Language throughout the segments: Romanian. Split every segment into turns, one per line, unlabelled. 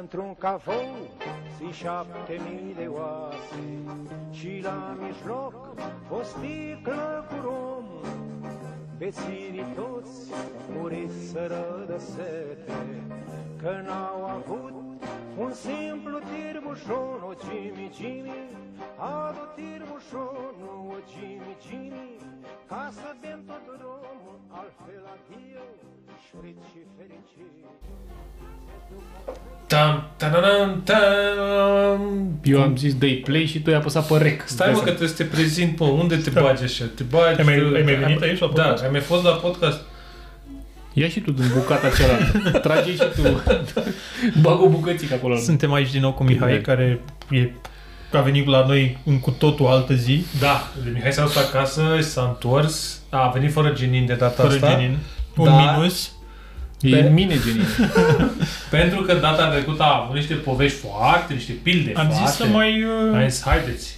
într-un cafou și șapte mii de oase Și la mijloc o sticlă cu rom Bețirii toți muriseră de sete Că n-au avut un simplu tirbușon O Jimmy, Jimmy, adu tirbușonul O Jimmy, Jimmy, ca să bem tot drumul Altfel adio, șpriț și fericit
Tam, tam, tam.
Eu am zis dai play și tu ai apăsat pe rec.
Stai mă că trebuie să te prezint, mă, unde te bagi așa? Te bagi...
Da. Ai mai- ai mai venit aici la
Da,
podcast?
ai mai fost la podcast?
Ia și tu din bucata cealaltă. Trage și tu. Bag o bucățică acolo.
Suntem aici din nou cu Mihai,
Bine.
care e, a venit la noi în cu totul altă zi,
Da, de Mihai s-a dus acasă, s-a întors, a venit fără genin de data
fără
asta.
genin. Un
Da.
minus.
E
Pe-
mine genie.
Pentru că data trecută a avut niște povești foarte, niște pilde
Am
foarte.
zis să mai...
Hai
Uh,
să haideți.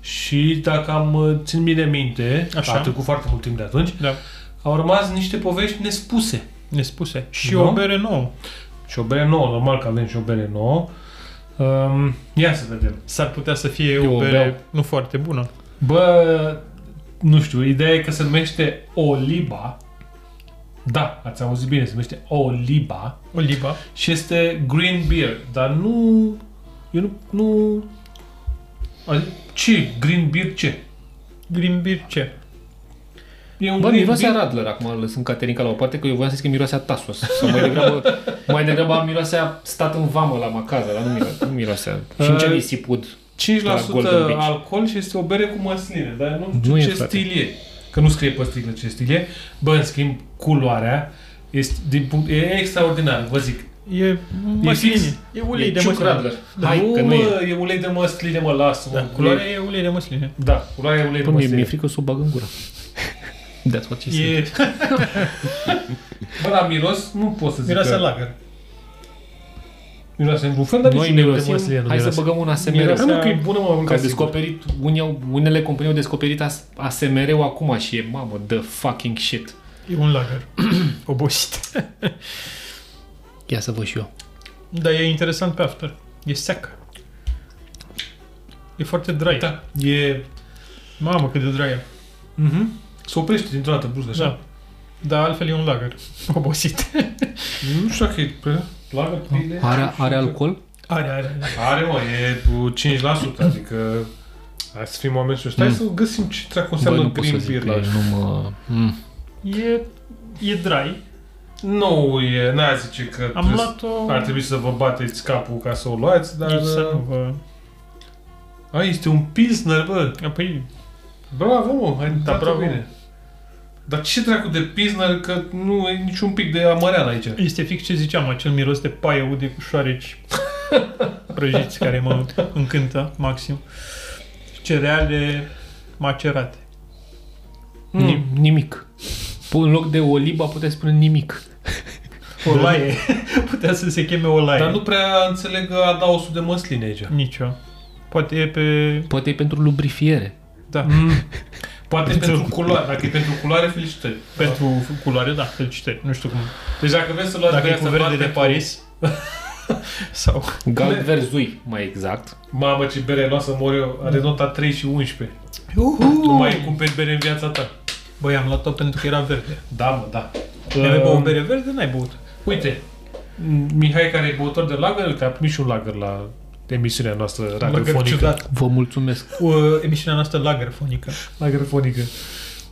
Și dacă am uh, țin bine minte,
Așa.
a trecut foarte mult timp de atunci,
da,
au rămas niște povești nespuse.
ne spuse. Și
Da?
o bere nouă.
Și o bere nouă, normal că avem și o bere nouă. Um, ia să vedem.
S-ar putea să fie
Eu
o
o beau.
bere nu foarte bună.
Bă, nu știu, ideea e că se numește Oliba. Da, ați auzit bine, se numește Oliba
O liba.
și este green beer, dar nu... Eu nu... nu adică, ce? Green beer ce?
Green beer ce?
E un
Bă,
green
miroase
beer...
a Radler acum, lăsând Caterinca la o parte, că eu voiam să zic că miroase a Tasos. Sau mai degrabă, mai degrabă a miroase a stat în vamă la Macaza, dar nu miroase, nu miroase. a- Și în ce nisipud.
5%
la Golden Beach.
alcool și este o bere cu măsline, dar nu știu
Nu e,
ce
frate.
stil e. Că nu scrie pe sticlă ce stil e. Bă, în schimb, culoarea este, din punct, e extraordinar, vă zic.
E măsline.
fix-
E ulei
e
de
ciuc
măsline.
Radler.
Da,
Hai,
nu,
că nu
mă, e. ulei de măsline, mă, lasă
Da, culoarea e ulei de măsline.
Da, culoarea e ulei de
Bă, Păi, mie mi-e
măsline.
frică să o bag în gură. That's what she said.
E
Bă, la miros nu pot să zic
miroase
că...
lager.
Miroase într-un fel, dar
Noi
nici ulei de măsline
mirosim,
nu
hai să
miroase.
băgăm un ASMR.
Miroase nu că e bună, mă,
Că
mânca
au
sigur.
descoperit, unii au, unele companii au descoperit as, ASMR-ul acum și e, mamă, the fucking shit.
E un lager. Obosit.
Ia să văd și eu.
Dar e interesant pe after. E sec. E foarte dry.
Da, e...
Mamă, cât de dry e.
Mhm. Se oprește dintr-o dată brusc așa.
Da. Dar altfel e un lager. Obosit.
Nu știu dacă e prea... Lager, pile...
Da. Are, are alcool?
Are, are. are.
Are, mă, e cu 5%, adică... Hai să fim oameni și stai
Mm.
să găsim ce treacă
Bă,
înseamnă
nu pot să
green
zic
beer
că
la
e, nu mă... Mm.
E, e dry.
Nu, e, n-a zice că
Am
trebuie-
luat-o...
ar trebui să vă bateți capul ca să o luați, dar... uh,
Nici să nu vă...
A, este un pilsner, bă!
Apoi,
Bravo, mă, ai
Da,
dat
bravo.
bine. Dar ce dracu de pilsner că nu e niciun pic de amăreală aici?
este fix ce ziceam, acel miros de paie ude cu șoareci prăjiți care mă încântă maxim. Și Cereale macerate.
Ni- Nimic. Pu- În loc de oliba puteți spune nimic.
Olaie. Putea să se cheme olaie.
Dar nu prea înțeleg adausul de măsline aici.
Nicio. Poate e pe...
Poate e pentru lubrifiere.
Da.
Mm. Poate e pentru culoare. Dacă e pentru culoare, felicitări.
Păi, Pentru culoare, da, felicitări. Nu știu cum.
Deci dacă vreți să luați
Dacă e
băiața
cu verde
parte
de
cu-
Paris. Sau...
Galb
Ne-
verzui, mai exact.
Mamă, ce bere luat să mor eu.
Mm.
Are nota 3 și 11.
Uhu!
Nu mai cumperi bere în viața ta.
Băi, am luat-o pentru că era verde.
Da, mă, da.
Ai mai
Um,
băut bere verde? N-ai băut.
Uite, Mihai care e băutor de lager, că a primit și un lager la emisiunea noastră radiofonică.
ciudat.
Vă mulțumesc.
Uh, emisiunea noastră lagerfonică.
Lagerfonică.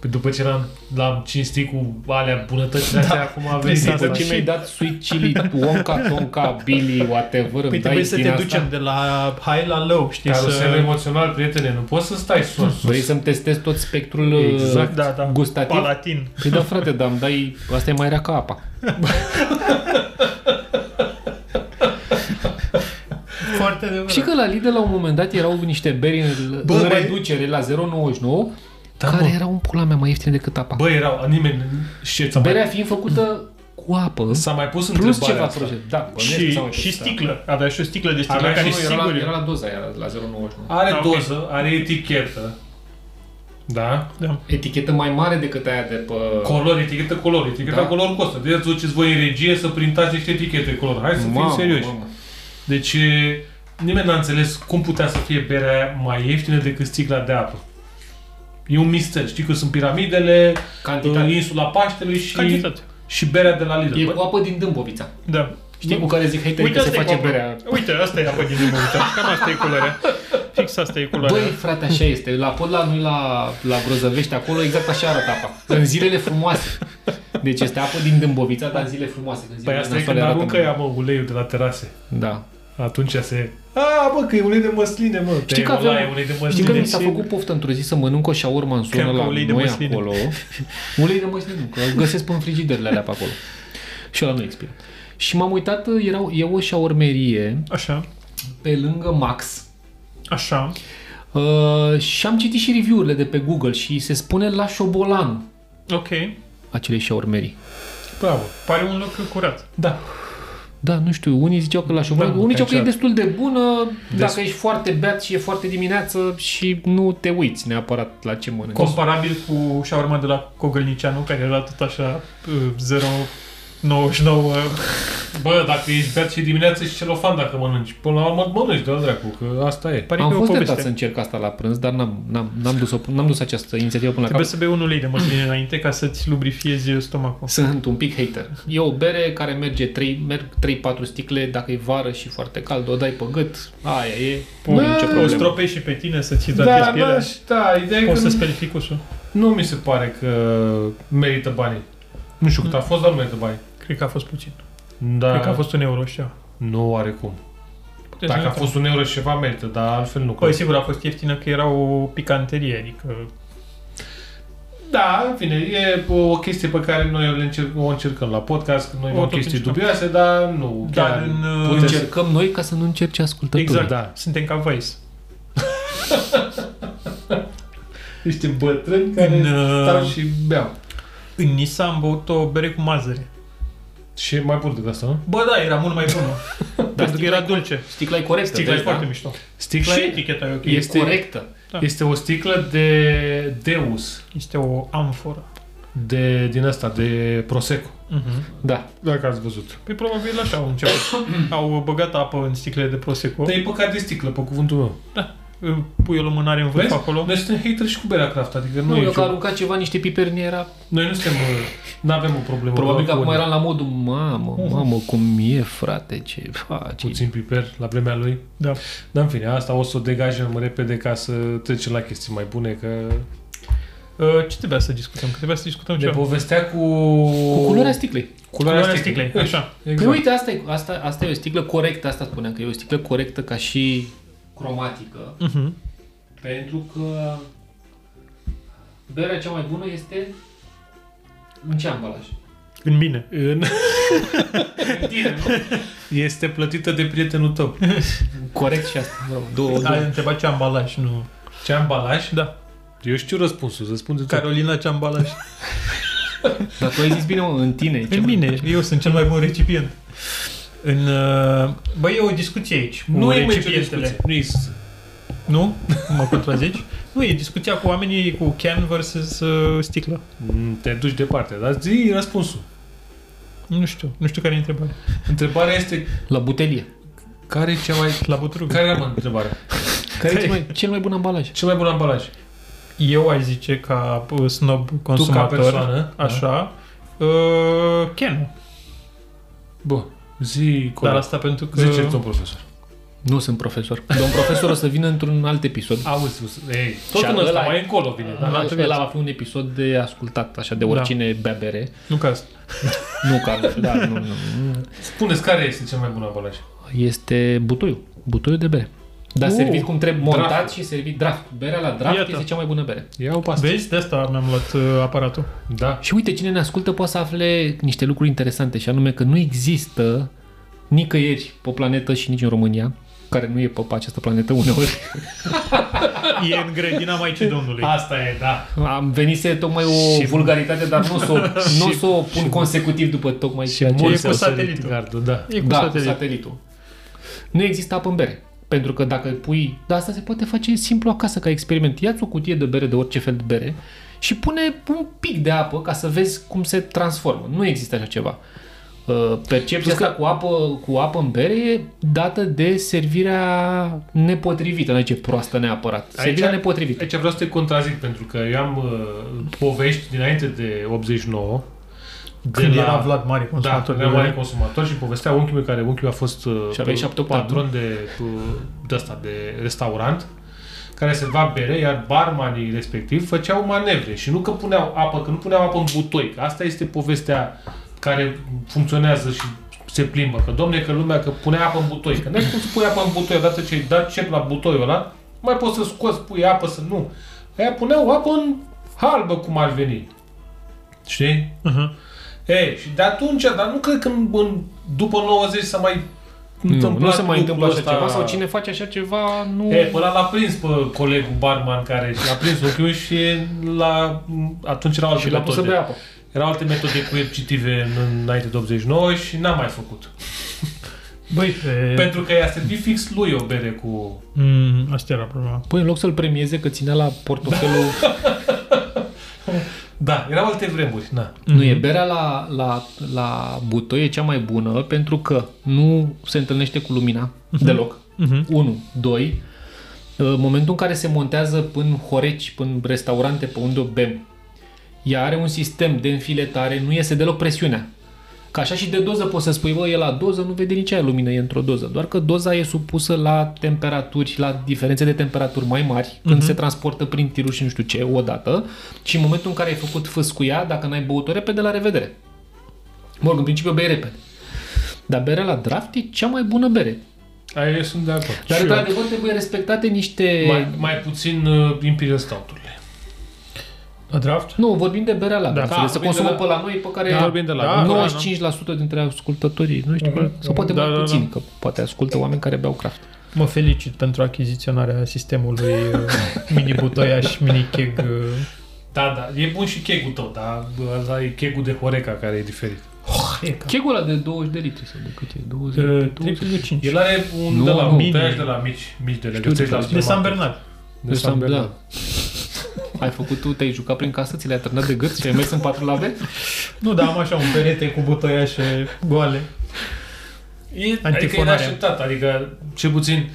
Păi după ce l-am, l-am cinstit cu alea bunătățile astea, acum a venit
Exact.
Păi, După
exact.
ce mi-ai dat sweet chili, Wonka, Tonka, Billy, whatever,
Păi
îmi
trebuie
dai
să
din
te
asta?
ducem de la high la low, știi?
Carusel
Să...
emoțional, prietene, nu poți să stai sus.
Vrei să-mi testez tot spectrul exact.
Da, da.
gustativ?
Palatin.
Păi da, frate, dar îmi dai... Asta e mai rea ca apa.
Foarte adevărat.
Și că la Lidl la un moment dat erau niște beri în,
Bă,
în
mai-
reducere la 0,99
Da,
care
mă.
erau un pula mea mai ieftine decât apa.
Bă, erau nimeni și s-a
Berea
mai,
fiind făcută cu apă
s-a mai pus
plus
întrebarea
ceva
asta.
proje. Da, bănesc,
Și,
sau
și
ceva.
sticlă. Avea și o sticlă de sticlă
Avea
care
și
Era la,
sigur
era
e.
la doza aia, la 0,99.
Are
Da, ok.
doză, are etichetă. Da?
Da.
Etichetă mai mare decât aia de pe...
Color, etichetă color, Deci eticheta
Da.
color costă. De aia duceți voi în regie să printați niște etichete color. Hai să fim
Mamă,
serioși.
mamă.
Deci e, nimeni n-a înțeles cum putea să fie berea aia mai ieftină decât sticla de apă. E un mister. Știi că sunt piramidele,
Cantitate.
insula Paștelui și,
Cantitate.
și berea de la Lidl.
E cu apă din Dâmbovița.
Da.
Știi cu care zic haterii
Uite,
că se
asta e
face
cu
berea.
berea. Uite, asta e apă din Dâmbovița. Cam asta e culoarea. Fix asta e culoarea.
Băi, frate, așa este. La Podla, nu la, la Grozăvești, acolo exact așa arată apa. În zilele frumoase. Deci este apă din Dâmbovița, dar în zile frumoase. În zilele
Păi asta e
nasoale
când
arată
aruncă
mai-
ea, mă, uleiul de la terase.
Da.
Atunci se... A, bă, că e ulei de măsline, mă.
Știi
Te
că,
e
aveam,
ulei, ulei de măsline.
știi că mi s-a
Țin.
făcut poftă într-o zi să mănânc o șaurma în zonă
Cred că
la
ulei de
noi
măsline.
acolo. Ulei de măsline, nu, că îl găsesc pe în frigiderile alea pe acolo. Și ăla nu expiră. Și m-am uitat, era, e o șaurmerie
Așa,
pe lângă Max.
așa.
Uh, și am citit și review-urile de pe Google și se spune la șobolan
Ok.
acelei șaurmerii.
Bravo.
Pare un lucru curat.
Da.
Da, nu știu, unii ziceau că la șobolan,
Da,
da, unii ziceau că e
exact.
aici-
destul de bună
Des-
dacă ești foarte beat și e foarte dimineață și nu te uiți neapărat la ce mănânci.
Comparabil cu șaurma de la Cogălnicianu, care era tot așa uh, 0,99.
Bă, dacă ești beat și dimineața și celofan dacă mănânci. Până la urmă mănânci, dă dracu, că asta e.
Pare
Am
că e Păi o
fost tentat să
poveste.
încerc asta la prânz, dar n-am, n-am, n-am, dus, n-am dus această inițiativă până la
Trebuie
capăt.
să bei un ulei de măsline înainte ca să-ți lubrifiezi stomacul.
Sunt un pic hater. E o bere care merge 3, merg 3-4 sticle, dacă e vară și foarte cald, o dai pe gât, aia e, nu e nicio
O
problemă.
stropești și pe tine să-ți
Da,
hidratezi
bă,
pielea.
și da, ideea e că
Poți să
nu,
speli ficusul.
nu mi se pare că merită banii. Nu știu cât a fost, dar nu merită banii.
Cred că a fost puțin.
Da, Deci
Cred că a fost un euro și ceva.
nu are cum.
Puteți
Dacă
să
a
ne
fost un euro și ceva, merită, dar altfel nu.
Păi sigur, a fost ieftină că era o picanterie, adică...
Da, în fine, e o chestie pe care noi o, încerc, o încercăm la podcast, când noi
O
o, o
tot
chestii
încercăm.
dubioase, dar nu.
Dar
chiar
în, uh,
puteți-
Încercăm noi ca să nu încerce ascultătorii.
Exact,
da.
suntem ca Vice.
niște bătrâni
În,
care
uh,
stau și beau.
În Nisa am băut o bere cu mazăre.
Și e mai bun decât asta, nu?
Bă, da, era mult mai bună. pentru că
sticla
era
e-
dulce.
Sticla e corectă.
Sticla e
vezi, da?
foarte mișto.
Sticla
Și
e,
eticheta e ok.
E
Este,
Este-
corectă.
este o sticlă de Deus,
o amforă.
de, din asta, de Prosecco,
Uh-huh.
Da.
dacă ați văzut.
Păi probabil așa au început. au băgat apă în sticlele de Prosecco.
Te-ai păcat de sticlă, pe cuvântul meu.
Pui o lumânare în vârf
Vezi?
acolo.
Noi suntem hater și cu berea craft, adică nu,
Nu,
nu e
eu că
nicio...
arunca ceva, niște piperi, nu era...
Noi nu suntem, nu avem o problemă.
Probabil că
cu
acum
unii.
eram la modul, mamă, mamă, cum e, frate, ce faci.
Puțin piper la vremea lui.
Da.
Dar în fine, asta o să o degajăm repede ca să trecem la chestii mai bune, că
Uh, ce trebuia să discutăm? Că trebuia să discutăm
ne
ceva.
povestea cu...
Cu culoarea sticlei.
Culoarea sticlei. Așa.
Păi
Exact.
uite, asta e, asta, asta e o sticlă corectă, asta spuneam, că e o sticlă corectă ca și cromatică,
Uh-huh.
pentru că berea cea mai bună este în ce ambalaj?
În mine.
În...
În tine, nu?
Este plătită de prietenul tău.
Corect și asta, bravo. Două,
Ai
două.
întrebat ce ambalaj, nu...
Ce ambalaj?
Da.
Eu știu răspunsul, răspunde tu.
Carolina ce ambalaj.
Dar tu ai zis bine, mă, în tine. e cea
În
mai-
mine, eu sunt cel mai bun recipient. În, uh, bă, e o discuție aici. Cu
Nu e mai nicio
recipientele.
discuție. Nu există.
Nu? Mă contrazici? nu, e discuția cu oamenii cu can versus uh, sticlă.
Mm, Te duci departe, dar zi răspunsul.
Nu știu, nu știu care e întrebarea.
Întrebarea este
La butelie.
care e cea mai...
La butrug.
Care era mă, întrebarea?
Care e cel mai, cel mai bun ambalaj?
Cel mai bun ambalaj?
Eu aș zice ca uh, snob
Tu ca
consumator,
persoană. da?
așa, uh, can.
Bun. Da. Zi
Dar
corect.
asta pentru că...
Zice domn profesor.
Nu sunt profesor. Domn profesor o să vină într-un alt episod.
Auzi, auzi, ei, tot
Și
în
ăla
ăsta,
e-
mai încolo vine. Da?
Ăla
altă viață.
ăla va fi un episod de ascultat, așa, de oricine bea bere.
Nu ca asta.
Nu ca nu știu, da, nu, nu, nu.
Spuneți care este cel mai bun ambalaj?
este butoiul, butoiul de bere. Dar
Uh,
servit cum trebuie, montat
draft.
și servit draft. Berea la draft
Iată.
este cea mai bună bere.
Ia o pastă.
Vezi? De asta mi-am luat uh, aparatul.
Da.
Și uite, cine ne ascultă poate să afle niște lucruri interesante și anume că nu există nicăieri pe planetă și nici în România, care nu e pe pe această planetă uneori.
E în grădina Maicii Domnului.
Asta e, da.
Am venit să tocmai o
Și-
vulgaritate, dar nu o să o, nu o să o pun consecutiv după tocmai ceea ce
mult
Mulți
cu
au sărit
satelitul.
Gardul, da.
E cu
da, satelitul.
satelit.
satelitul. Nu există apă în bere. Pentru că dacă pui... Dar asta se poate face simplu acasă ca experiment. Ia-ți o cutie de bere, de orice fel de bere, și pune un pic de apă ca să vezi cum se transformă. Nu există așa ceva. Uh, Percepția
Plus că-
asta cu apă, cu apă în bere e dată de servirea nepotrivită, nu ce proastă neapărat. Servirea nepotrivită.
Aici vreau să te contrazic, pentru că eu am uh, povești dinainte de 89. De
Când era Vlad
Da,
mare consumator
era
de
mare
bere.
consumator și povestea unchiul meu, care unchiul meu a fost uh,
Și aveai
uh,
șapte opt ani,
patron de, uh, de, asta, de restaurant, care serva bere, iar barmanii respectiv făceau manevre și nu că puneau apă, că nu puneau apă în butoi, că asta este povestea care funcționează și se plimbă, că domne, că lumea că pune apă în butoi, că n-ai cum să pui apă în butoi, odată ce ai dat cep la butoiul ăla, mai poți să scoți, pui apă, să nu. Aia puneau apă în halbă, cum ar veni. Știi?
Uh-huh.
Ei, și de atunci, dar nu cred că în, în, după 90 s-a mai
Nu, nu se
lucrul
mai întâmplă așa
ăsta.
ceva sau cine face așa ceva nu...
E, pe ăla l-a prins pe colegul barman care și l-a prins ochiul și la, atunci erau alte
și l-a pus să
metode.
bea apă.
Erau alte metode coercitive în, înainte de 89 și n-am mai făcut.
Băi, pe...
Pentru că i-a servit fix lui o bere cu...
Mm, asta era problema.
Păi în loc să-l premieze că ținea la portofelul...
Da, erau alte vremuri, na.
nu
Mhm.
e, berea la, la, la butoi e cea mai bună pentru că nu se întâlnește cu lumina deloc.
Mhm.
1. 2. Momentul în care se montează până horeci, până restaurante, pe unde o bem, ea are un sistem de înfiletare, nu iese deloc presiunea. Ca așa și de doză poți să spui, bă, e la doză, nu vede nici aia lumină, e într-o doză. Doar că doza e supusă la temperaturi, la diferențe de temperaturi mai mari,
Mhm.
când se transportă prin tiruri și nu știu ce, odată. Și în momentul în care ai făcut fâs cu ea, dacă n-ai băut-o repede, la revedere. Mă rog, în principiu bei repede. Dar berea la draft e cea mai bună bere.
Aia eu sunt de acord.
Dar,
Și eu.
într-adevăr, trebuie respectate niște...
mai, mai puțin uh, Imperial Stout-urile.
La draft?
Nu, vorbim de berea la da,
da,
se
vorbim
consumă
de
pe
la-
la noi, pe care
Da, vorbim de la- da, Mhm.
95% dintre ascultătorii, nu știu, uh-huh. sau poate
Da,
mai
da, da.
puțin, că poate ascultă oameni care beau craft.
Mă felicit pentru achiziționarea sistemului uh, mini butoiaș, mini keg. uh,
Da, da, e bun și chegul tău, dar bă, ăla e chegul de Horeca care e diferit.
Chegul ăla de 20 de litri sau de cât e? 20?
uh,
20.
3,5.
El are un
Nu,
de la
nu.
un tăiaș de la mici, mici de
Știu de
legăței la
tăiaș.
De
supermarket.
San Bernard.
De San Bernard.
Da. Ai făcut tu, te-ai jucat prin casă, ți le-ai atârnat de gât și ai mers în patru lave?
Nu, dar am așa un perete cu butoiașe goale.
E, adică e
Antifonarea.
neașteptat, adică cel puțin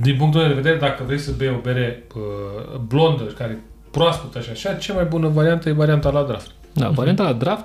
din punctul meu de vedere, dacă vrei să bei o bere uh, blondă, care e proaspătă și așa, cea mai bună variantă e varianta la draft.
Da, varianta la draft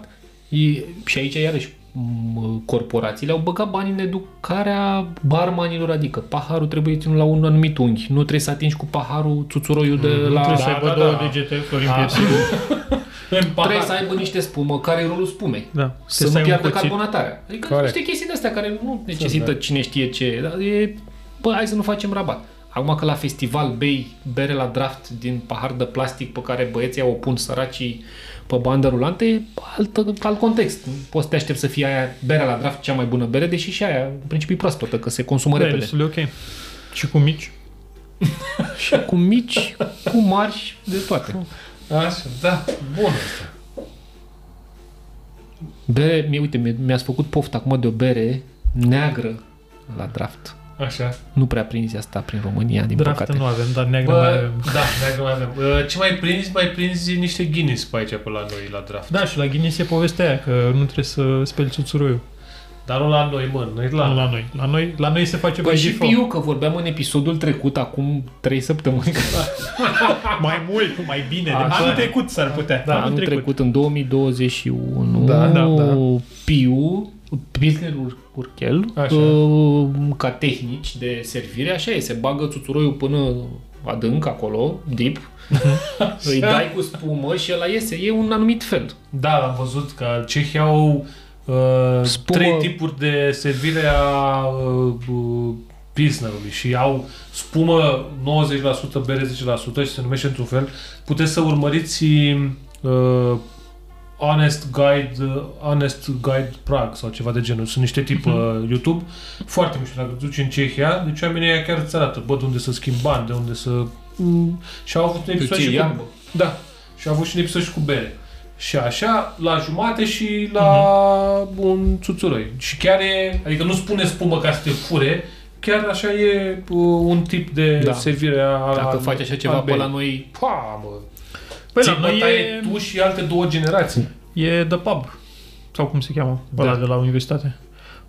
e, și aici iarăși m, corporațiile au băgat bani în educarea barmanilor, adică paharul trebuie ținut la un anumit unghi, nu trebuie să atingi cu paharul țuțuroiul de la...
Mm-hmm. Trebuie să aibă
da,
două
da.
degete, Florin
Da.
Piersic.
În
Trebuie
pahar.
să aibă niște spumă, care e rolul spumei.
Da.
Să nu piardă carbonatarea. Adică
Corect.
niște chestii de-astea care nu necesită cine știe ce. Dar e, bă, hai să nu facem rabat. Acum că la festival bei bere la draft din pahar de plastic pe care băieții o pun săracii pe bandă rulantă, e alt, alt context. Nu Poți să te aștepți să fie aia berea la draft cea mai bună bere, deși și aia în principiu e proaspătă, că se consumă
Da, e
repede.
destul de ok. Și cu mici.
Și cu mici, cu mari, de toate.
Așa, da, bun asta.
Bere, mie, uite, mi- mi-ați făcut poftă acum de o bere neagră la draft.
Așa.
Nu prea prinzi asta prin România, din
Draft
păcate.
nu avem, dar neagră mai
Bă,
avem.
da, dacă mai avem. Uh, Ce mai prinzi? Mai prinzi niște Guinness pe aici, pe la noi, la draft.
Da, și la Guinness e povestea aia, că nu trebuie să speli țuțuroiul.
Dar nu la noi, mă, noi
La,
la...
la noi. La noi, la noi se face
Păi
by
și
default.
Piu, că vorbeam în episodul trecut, acum 3 săptămâni,
Mai mult, mai bine.
Așa.
De anul trecut s-ar putea.
da, anul trecut. trecut, în 2021,
Da, da, da.
Piu, Pilsner Ur- Urchel,
Așa.
uh, ca tehnici de servire, așa e, se bagă țuțuroiul până adânc acolo, deep, îi dai cu spumă și ăla iese, e un anumit fel.
Da, am văzut că cehii au uh,
Spumă.
trei tipuri de servire a uh, uh, pilsnerului și au spumă 90%, bere 10% și se numește într-un fel. Puteți să urmăriți uh, Honest Guide, uh, Honest Guide Prague sau ceva de genul. Sunt niște tip uh, YouTube foarte mișto. Dacă te duci în Cehia, deci oamenii ăia chiar îți arată, bă, de unde să schimbi bani, de unde să... Mm, și au avut un episod
ții
și
Deci iarbă.
cu... Da. Și au avut și un episod și cu bere. Și așa, la jumate și la
Mhm.
un țuțuroi. Și chiar e, adică nu spune spumă ca să te fure, chiar așa e uh, un tip de
Da.
servire a
Dacă
a-
faci așa
a
ceva pe
berii.
la noi,
Pa, mă.
Păi
Ți
la noi
bătaie
e,
tu și alte două generații.
e The Pub. sau cum se cheamă, da. ăla
Da.
de la universitate.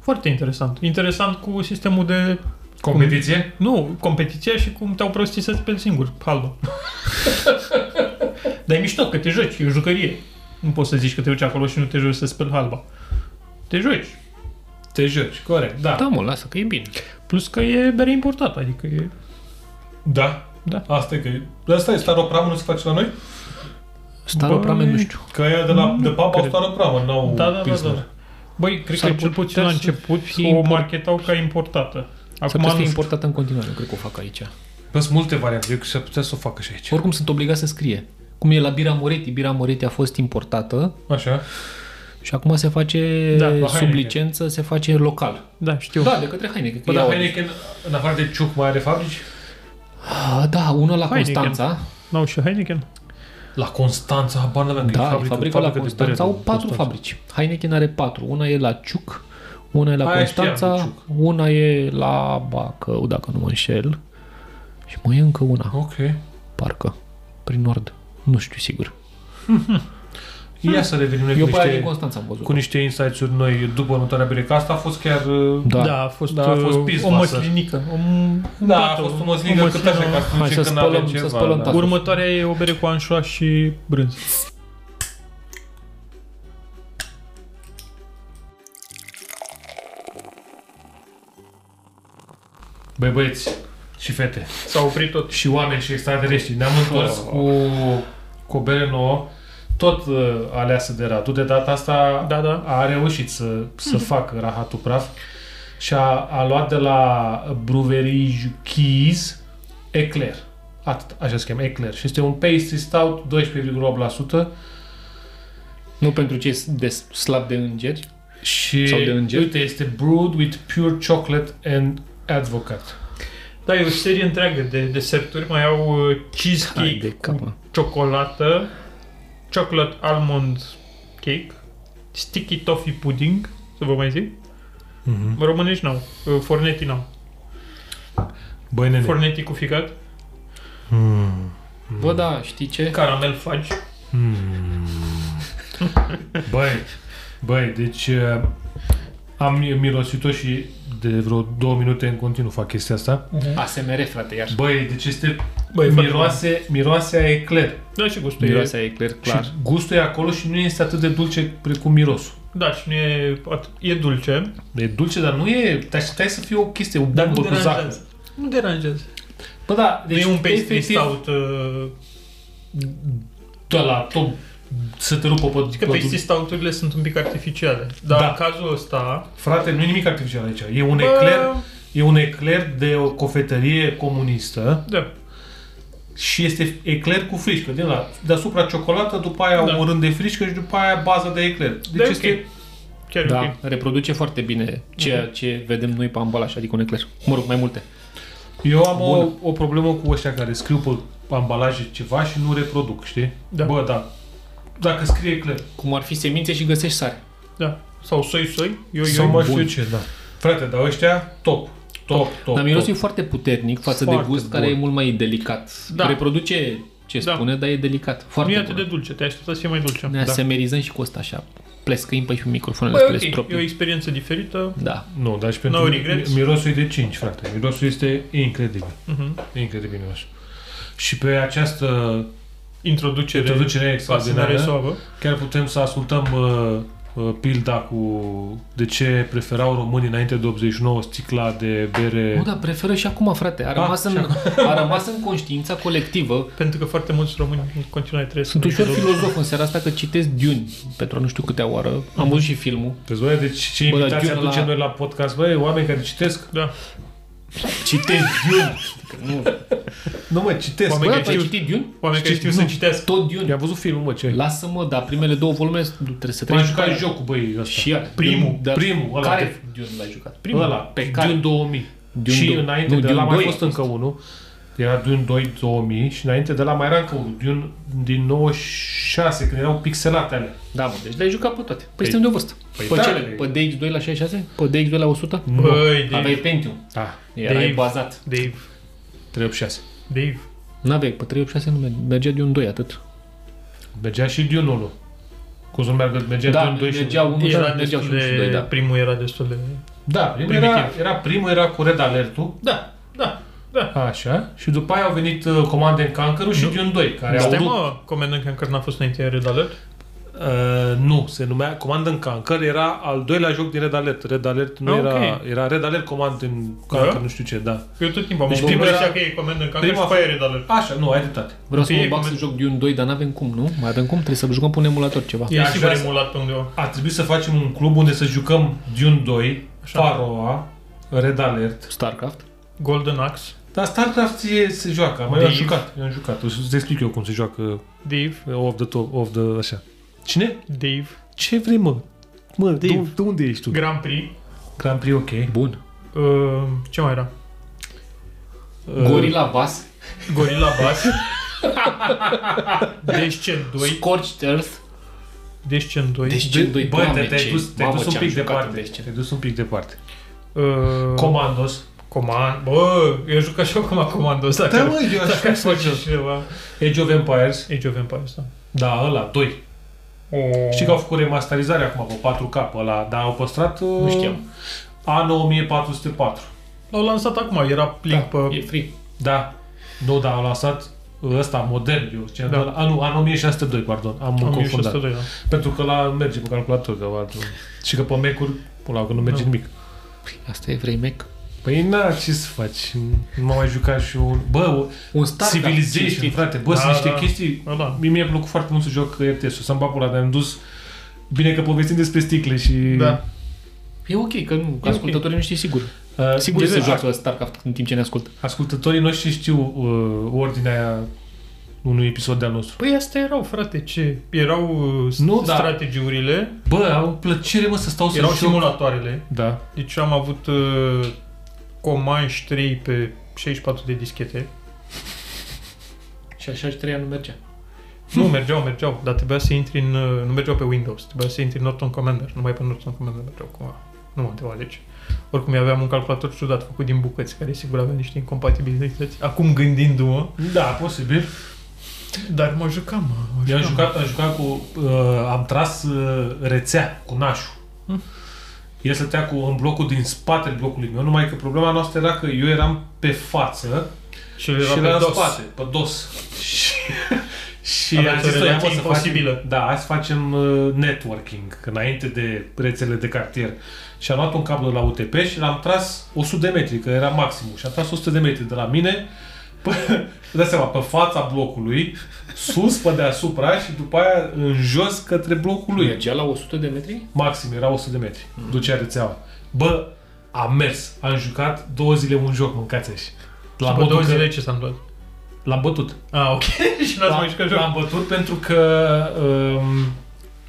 Foarte interesant. Interesant cu sistemul de...
Competiție?
Nu, competiția și cum te-au prostit să-ți pe singur, halba. Dar e mișto că te joci, e o jucărie. Nu poți să zici că te duci acolo și nu te joci să speli halba. Te joci.
Te joci, corect, da.
Da, mă, lasă că e bine.
Plus că e bere importată, adică e...
Da.
Da.
Asta e că... Dar Asta e staropramă, nu se face la noi?
Staroprame,
Băi,
nu știu.
Că aia de la de pub au
Mm, cred.
staropramă, n-au
Da, da, da,
pilsner.
da. Băi, cred
S-ar
că cel
putea
puțin la
să
început
fie
o
import-
marketau ca importată.
Acum
Acum
să
nu
fie
știu.
importată în continuare, nu cred că o fac aici.
Bă, Sunt multe variante, eu că s-ar putea să o facă și aici.
Oricum sunt obligat să scrie. Cum e la Bira Moretti. Bira Moretti a fost importată
Așa.
și acum se face
Da, la
da, sub
Heineken.
licență, se face local.
Da, știu.
Da, de către Heineken. că
Bă,
iau-
dar Heineken, în afară de Ciuc, mai are fabrici?
Ah, Da, una la
Heineken.
Constanța.
N-au și Heineken?
La Constanța, habar n-aveam că e
Da,
fabrică,
fabrică, fabrica la
fabrică de bere
Constanța. Au
la
patru
Constanța.
fabrici. Heineken are patru. Una e la Ciuc, una e la
Aia știam,
Constanța,
Ciuc.
una e la Bacău, dacă nu mă înșel. Și mai e încă una,
Ok.
parcă, prin nord. Nu știu sigur.
Ia să revenim noi
Hm. Eu
cu
pe aia din
niște,
Constanța am văzut.
cu niște insights-uri noi după notarea birei, că asta a fost chiar... uh,
Da.
da a fost,
Da, a fost
uh,
pizza,
o
să-
măslinică. O, m-
Da, a
dată,
fost o măslină cât așa, ca să
Hai
zicem
să
că n-avem
spălăm- să
ceva.
spălăm
da.
tasa.
Următoarea e o bere cu anșoa și brânz.
Băi băieți și fete
S-a oprit tot. Oh.
și oameni și extraterestri, ne-am întors cu, cu o bere nouă, tot uh, aleasă de Radu. De data asta
Da, Mhm. da.
a reușit să, să facă rahatul praf și a, a luat de la Brewery Keys Eclair. Atât, așa se cheamă, Eclair. Și este un pastry stout 12,8%
Nu pentru cei de slab de îngeri.
și
Sau de înger.
uite, este brewed with pure chocolate and advocate.
Da, e o serie întreagă de deserturi. Mai au uh,
Hai
cheesecake
de cap, mă.
cu ciocolată, chocolate almond cake, sticky toffee pudding, să vă mai zic.
Mhm.
Mm-hmm. Românești n-au, uh, forneti n-au.
Băi, nene.
Forneti cu ficat,
Bă, da, știi ce?
caramel fagi.
Băi, băi, deci uh, am mirosit-o și de vreo două minute în continuu fac chestia asta.
ASMR, frate, iar.
Băi, deci este
Băi,
băi,
foarte
miroase, miroase a ecler.
Da, și gustul e...
Miroasea e clar,
Și
clar.
gustul e acolo și nu este atât de dulce precum mirosul.
Da, și nu e, at- e dulce.
E dulce, dar nu e... Te așteptai să fie o chestie, o
Dar nu
bombă Da, cu zahăr.
deranjează. Nu deranjează.
Bă, da,
Deci,
deci
nu e un pastry
efectiv,
stout. Uh,
Da, la top, să te rupă pe...
că
pe
pastry stouturile sunt un pic artificiale.
Da.
Dar da. în cazul ăsta... uh,
Frate, nu e nimic artificial aici. E un ecler, e un ecler de o cofetărie comunistă.
Da.
Și este ecler cu frișcă, din la deasupra ciocolată, după aia da.
Da.
un rând de frișcă și după aia bază de ecler. Deci
Deci da,
este...
este... Chiar e ok.
Da, reproduce foarte bine ceea ce vedem noi pe ambalaj, adică un ecler. Mă rog, mai multe.
Eu am o, o problemă cu ăștia care scriu pe ambalaje ceva și nu reproduc, știi?
Da.
Bă, da. Dacă scrie ecler.
Cum ar fi semințe și găsești sare.
Da. Sau soi-soi. Eu,
Sau
eu.
mai știu ce, da. Frate, dar ăștia, top. Top, top,
Dar mirosul
top.
e foarte puternic față
Oh, Foarte
de gust, care
bun.
e mult mai delicat.
Da.
Reproduce ce
Da.
spune, dar e delicat.
Nu
Foarte
e
bun.
atât de dulce. Te aștepta să fie mai dulce.
Ne asemerizăm și cu ăsta așa. Plescăim pe și microfonele,
Bă,
Bă, le
e Păi ok. E o
stropim.
experiență diferită.
Da.
Nu, dar și pentru
No
no
regrets.
mirosul e de 5, frate. Mirosul este incredibil. Uh-huh. Incredibil mirosul. Și pe această
Introducere.
introducere da.
Pasinare
extraordinară,
soabă.
Chiar putem să ascultăm uh, uh, pilda cu de ce preferau românii înainte de 89 sticla de bere.
Nu, dar preferă și acum, frate. A rămas, în, a rămas în conștiința colectivă.
Pentru că foarte mulți români în continuare trăiesc.
Sunt
în
ușor
Occident.
filozof în seara asta că citesc Dune pentru nu știu câtea oară. Am văzut și filmul.
Vezi, bă, deci ce
Bă, dar
invitații
Giură
aducem
la-
noi la podcast, băi, oameni care citesc.
Da.
Citesc Dune. Nu.
Nu, mă, citesc.
Oameni
Bă,
care
tu ai
știu-
citit Dune?
Oameni care știu să citească.
Tot Dune.
I-am văzut filmul, mă, ce ai?
Lasă-mă, dar primele două volume trebuie să
M-am
treci.
jucat jocul, băi, ăsta.
Și iar.
Păi Primul,
Dar
primul, ăla
Care
de-
Dune l-ai jucat?
primul ăla,
Pe
pe
care?
Dune 2000.
Dune
și
dou-
înainte
nu,
de
Dune
la mai
2
fost încă unul. Era Dune 2 2000 și înainte de la mai era încă unul, Dune din 96, când erau pixelate alea.
Da, mă, deci le-ai jucat pe toate. Păi, suntem de vârstă. Păi, pe
da,
cele?
le-
Pe DX2 la 66? Pe DX2 la 100?
Băi,
Aveai
Dave.
Pentium.
Da,
Erai
Dave.
bazat.
Dave.
386.
Dave.
Da, N-aveai, pe 386 nu merge- mergea de un 2 atât.
Mergea și Dune 1. Cum mergea, mergea
Da,
turn 2 și
mergeau unul și
Era
mergeau și
destul
unul și doi,
de...
da.
Primul era destul de...
Da, era,
Primitiv.
era primul, era cu Red Alert-ul.
Da, da, da.
Așa. Și după aia au venit uh, Command and Conquer-ul și
Nu.
Dune 2, care au
Stai
rupt.
mă, comandă că încă n-a fost înainte Red Alert.
Uh, nu, se numea Command and Conquer, era al doilea joc din Red Alert. Red Alert nu
Ah,
era,
ok.
era Red Alert Command and Conquer,
Da?
nu știu ce, da.
Eu tot timpul am
Deci
deci
prima
prima
era-
așa că e comandă în cancă și
prima
după
a
aia e Red Alert.
Așa, nu, ai dreptate.
Vreau să
Fie
mă bag
cum-
să joc Dune 2, dar n-avem cum, nu? Mai avem cum? Trebuie să jucăm pe un emulator ceva.
E
aș
sigur
vrea să-
emulat pe undeva.
A trebuit să facem un club unde să jucăm Dune 2,
Așa.
Faroa, Red Alert.
StarCraft.
Golden Axe,
Dar StarCraft e, se joacă, mai am
Dave.
jucat, eu am jucat. O să-ți explic eu cum se joacă
Dave,
uh, off the top, off the, așa. Cine?
Dave,
Ce vrei, mă? Mă, de,
Dave.
de unde ești tu?
Grand Prix,
Grand Prix, ok.
Bun.
uh, ce mai era?
Gorilla Bass.
Gorilla Bass, Descent 2,
Scorched Earth.
Descent 2,
Deci-
De-
Gen doi,
Păi, Bă,
Doamne,
te- te-ai
ce-
dus, te-ai
mamă,
dus un
ce-am
pic Păi,
jucat
departe.
în deci.
Te-ai dus un pic departe.
uh,
Comandos.
Command, bă, eu joc așa cum a Commandos, dacă,
Da, mă, eu aș
dacă
vrea
aș
să
face
joc.
cineva.
Age of Empires.
Age of Empires, da.
Da, ăla, 2. Știi că au făcut remasterizare acum pe 4K pe ăla, dar au păstrat... uh, Nu
știam.
Anul 1404.
L-au lansat acum, era link
Da,
pe...
e free.
Da. Nu, da, au lansat ăsta modern, eu ziceam,
Da.
da. a, nu, anul 1602, pardon, am, am confundat.
1602, da.
Pentru că la merge pe calculator, că altul. Și că pe Mac-uri, pula, că nu merge
Da.
nimic.
Asta e vrei, Mac.
Păi na, ce să faci? Nu m-am mai jucat și un... Bă,
Un StarCraft.
Civilization,
cinstit.
frate, bă,
Da,
sunt niște
da.
chestii
Ăla.
Mie mi-a plăcut foarte mult să joc RTS-ul. Să-mi bag pula, dar am dus... Bine că povestim despre sticle și...
Da.
E ok, că nu, că ascultătorii nu știe sigur.
Uh,
Sigur
gen,
se
a-
joacă StarCraft în timp ce ne ascultă.
Ascultătorii noștri știu uh, ordinea unui episod de-al nostru.
Păi astea erau, frate, ce? Erau uh,
Nu, da.
strategiurile,
Bă, au plăcere, mă, să stau să
erau
joc.
simulatoarele.
Da.
Deci am avut uh, Comanche 3 pe 64 de dischete.
Și așa și trei ani nu mergea.
Nu, mergeau, mergeau, dar trebuia să intri în... uh, Nu mergeau pe Windows, trebuia să intri în Norton Commander. Numai pe Norton Commander mergeau cumva. Nu mă întreba de ce. Oricum, eu aveam un calculator ciudat făcut din bucăți, care sigur avea niște incompatibilități. Acum gândindu-mă,
Da, posibil.
dar mă jucam, mă, mă
Eu
jucam.
am jucat, am jucat cu... Uh, am tras uh, rețea cu nașul. El stătea cu în blocul din spatele blocului meu, numai că problema noastră era că eu eram pe față
Și el era
și
pe
era în
DOS.
spate, pe dos. Și, și
Aveați
am
o
zis, "Ia, mă,
relație
să
imposibilă."
Facem, da, hai să facem uh, networking, că înainte de rețele de cartier. Și am luat un cablu la UTP și l-am tras 100 de metri, că era maximul. Și am tras 100 de metri de la mine, pe, îți dai seama, pe fața blocului, sus, pe deasupra și după aia în jos către blocul lui.
Mergea la 100 de metri?
Maxim, era 100 de metri. Ducea rețeaua. Bă, am mers, am jucat două zile un joc, mâncați așa. La
După două
modul că
zile ce s-a întâmplat?
L-am bătut.
Ah, ok. da. și n-ați mai
L-am,
jucat jocul.
Da, l-am bătut pentru că um,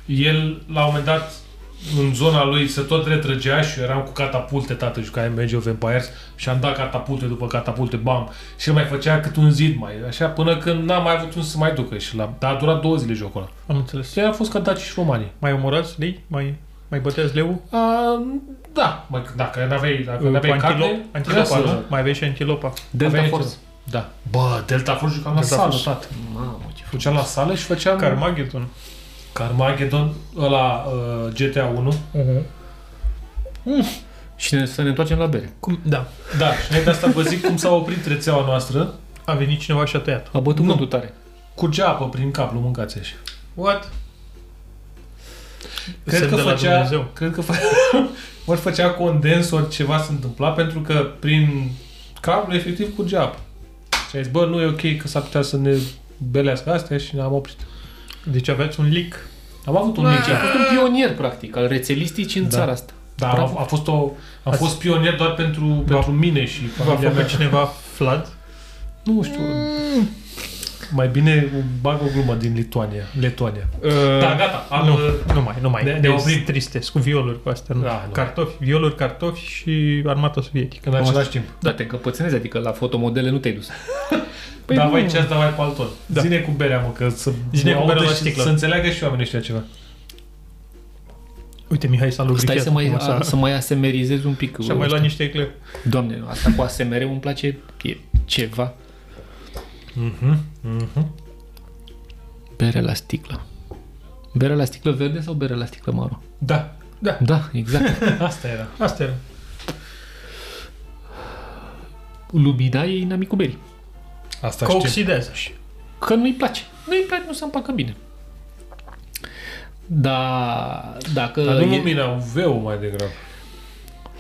el, la un moment dat, în zona lui se tot retrăgea și eu eram cu catapulte, tată, jucam Age of Empires și am dat catapulte după catapulte, bam, și el mai făcea cât un zid mai, așa, până când n-am mai avut un să mai ducă și l-am, dar a durat două zile jocul ăla.
Am înțeles.
Și a fost ca daci și romanii.
Mai omorați lei? Mai, mai băteați leu?
A, da, mai, dacă n-aveai,
Uh,
dacă n-aveai carte, trebuia
antilopa,
să-
nu? Mai aveai și antilopa.
Delta
aveai
Force.
ce- Da. Bă, Delta Force jucam la
Delta
sală,
Force. da.
tată.
Mamă, ce
Făceam la sală și făceam...
Carmageddon.
Carmageddon, ăla uh, GTA 1.
Uh-huh.
Și ne, să ne întoarcem la bere.
Cum? Da.
Da, și noi de asta vă zic cum s-a oprit rețeaua noastră.
A venit cineva și a tăiat.
A bătut
Nu.
vântul tare.
Curgea apă prin cap, nu mâncați așa.
What?
Cred
Semn
că,
de la
făcea,
Dumnezeu.
cred că fă- ori făcea condens, ori ceva se întâmpla, pentru că prin cablu efectiv curgea apă. Și ai zis, bă, nu e ok că s-ar putea să ne belească astea și ne-am oprit.
Deci aveți un leak.
Am avut un mic,
Deci a fost un pionier, practic, al rețelisticii în
Da.
țara asta.
dar a, a fost o, am fost pionier doar pentru, pentru mine și
V-a
familia mea.
făcut cineva flood.
Nu știu. Mm. Mai bine bag o glumă din Lituania. Letonia. Da, gata. Am,
Uh, nu,
uh,
nu mai, nu mai.
ne- ne
Deci
oprim.
Tristesc, cu violuri cu astea. Nu.
Da, nu.
Cartofi, violuri, cartofi și armata sovietică.
În
Cam
același
asta.
timp.
Da, te încăpățânezi, adică la fotomodele nu te-ai dus.
Păi da, vai ceas, da, vai pe altul.
Da.
Da. Zine cu berea, mă, că să,
Zine cu
audă
berea la
și
sticlă.
să înțeleagă și oamenii ăștia ceva.
Uite, Mihai s-a lubricat.
Stai să mai,
acum,
a,
s-a-
să mai asemerizezi un pic.
Și-a mai luat niște ecleu.
Doamne, asta cu ASMR îmi place e ceva. Bere la sticlă. Bere la sticlă verde sau bere la sticlă maro?
Da, da,
Da, exact.
Asta era.
asta era.
Lumina e inamicul berii.
Asta
Că
știu.
oxidează.
Că nu-i place. Nu-i place, nu se împacă bine. Dar dacă...
Da,
Dar nu
e-
lumina, UV-ul mai degrabă.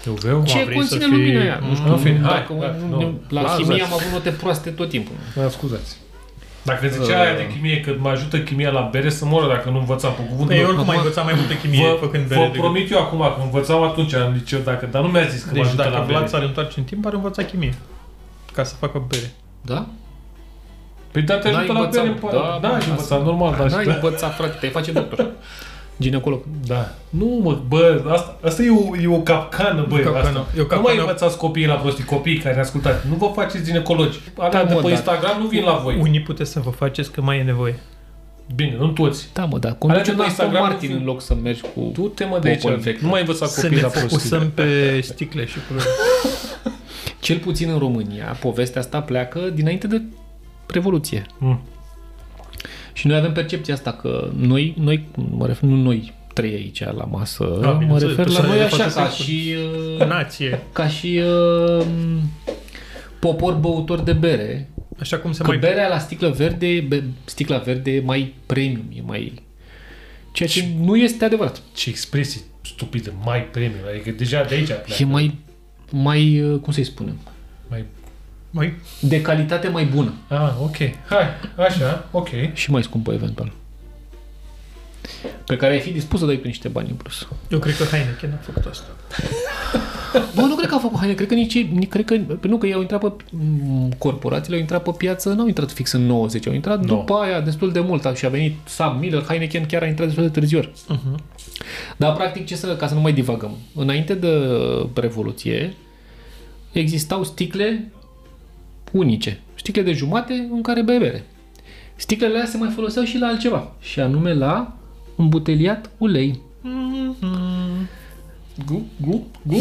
UV-ul?
Cum
Ce
a vrei
conține
să fii-
lumina aia? Nu știu,
în fine,
Da,
hai,
dacă
gata,
nu-
nu.
nu- la
Lasă-ți.
chimie am avut note proaste tot timpul.
Mă scuzați.
Da.
Dacă zicea aia de chimie că mă ajută chimia la bere să moră dacă nu învățam pe cuvânt.
Eu
Vă-
Păi oricum ai învățat mai multă chimie făcând
vă,
bere
vă
decât...
promit eu acum că învățam atunci în liceu, dacă, dar nu mi-a zis că mă
Deci
ajută la
dacă Vlad
bere.
s-ar întoarce în timp, ar învăța chimie. Ca să facă bere.
Da?
Păi da, te
N-ai
ajută la
învățat.
bere. pă-
Da,
Da, și
asta.
învățat, normal. Da,
N-ai
și-
învățat, frate, te face doctor. Ginecolog.
Da. Nu, mă, bă, asta, asta e, o, e o capcană, bă,
Capcană.
asta.
E o
Nu mai
capcană.
învățați copiii la prostii, copiii care ne ascultați. Nu vă faceți ginecologi. Alea
Da,
de
mă,
pe
dar-
Instagram nu vin la voi.
Unii puteți să vă faceți că mai e nevoie.
Bine, nu toți.
Da, mă, dar conduce
Alege
un
pe
Aston
Instagram,
Martin
fiind-
în loc să mergi cu...
Du-te, mă, de aici.
Popă infectat.
Nu mai învățați
Să
copiii
ne
la prostii.
focusăm pe sticle și culori.
Cel puțin în România, povestea asta pleacă dinainte de Revoluție.
Mm.
Și noi avem percepția asta că noi, noi mă refer, nu noi trei aici la masă,
Da,
mă
bineînțeles,
refer la
persoanele
noi
de
așa
față
ca
sunt-
și... uh,
Nație.
ca și uh, popor băutor de bere.
Așa cum se
Că
mai...
berea la sticlă verde, be, sticla verde e mai premium, e mai... Ceea ce nu este adevărat.
Ce expresie stupidă, mai premium. Adică deja de aici
E
pleacă.
mai, mai, uh, cum să-i spunem,
Mai...
Mai...
de calitate mai bună
Ah, ok. Hai, așa, ok.
și mai scumpă eventual. Pe care ai fi dispus să dai pe niște bani în plus.
Eu cred că Heineken a făcut asta.
Bă, nu cred că a făcut haine, cred că nici, ei- nici cred că, nu, că ei au intrat pe, m, corporațiile au intrat pe piață, n-au intrat fix în 90, au intrat
Nu.
după aia destul de mult și a venit Sam Miller, Heineken chiar a intrat destul de târziu.
Uh-huh.
Dar, practic, ce să, ca să nu mai divagăm, înainte de Revoluție existau sticle unice, sticle de jumate în care bei bere. Sticlele alea se mai foloseau și la altceva, și anume la îmbuteliat ulei.
Mm-hmm.
Gu, gu, gu.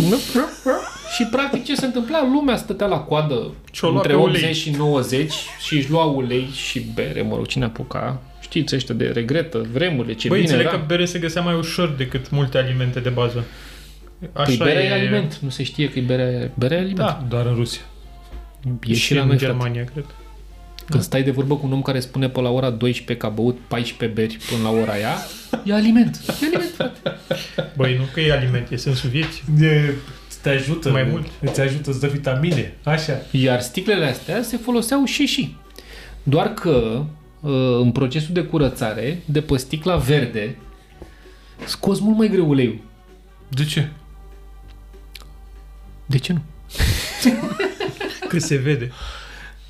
Și practic ce se întâmpla? Lumea stătea la coadă
Și o Mm-hmm. lua
între
pe ulei.
80 și 90 și își lua ulei și bere, mă rog, cine apuca. Știți ăștia de regretă, vremurile, ce
Băi,
bine da.
înțeleg
era.
că bere se găsea mai ușor decât multe alimente de bază.
Păi berea e aliment, nu se știe că e berea, berea e aliment.
Da.
Ah, Doar în Rusia.
E și, la
în
noi, frate.
Germania, cred.
Când stai de vorbă cu un om care spune pe la ora 12 că a băut 14 beri până la ora aia, e aliment. E aliment, frate.
Băi, nu că e aliment, e sensul vieții.
E, te ajută.
Mai mult.
Îți ajută, îți dă vitamine. Așa.
Iar sticlele astea se foloseau și și. Doar că ă, în procesul de curățare, de pe sticla verde, scos mult mai greu uleiul.
De ce?
De ce nu?
Că se vede.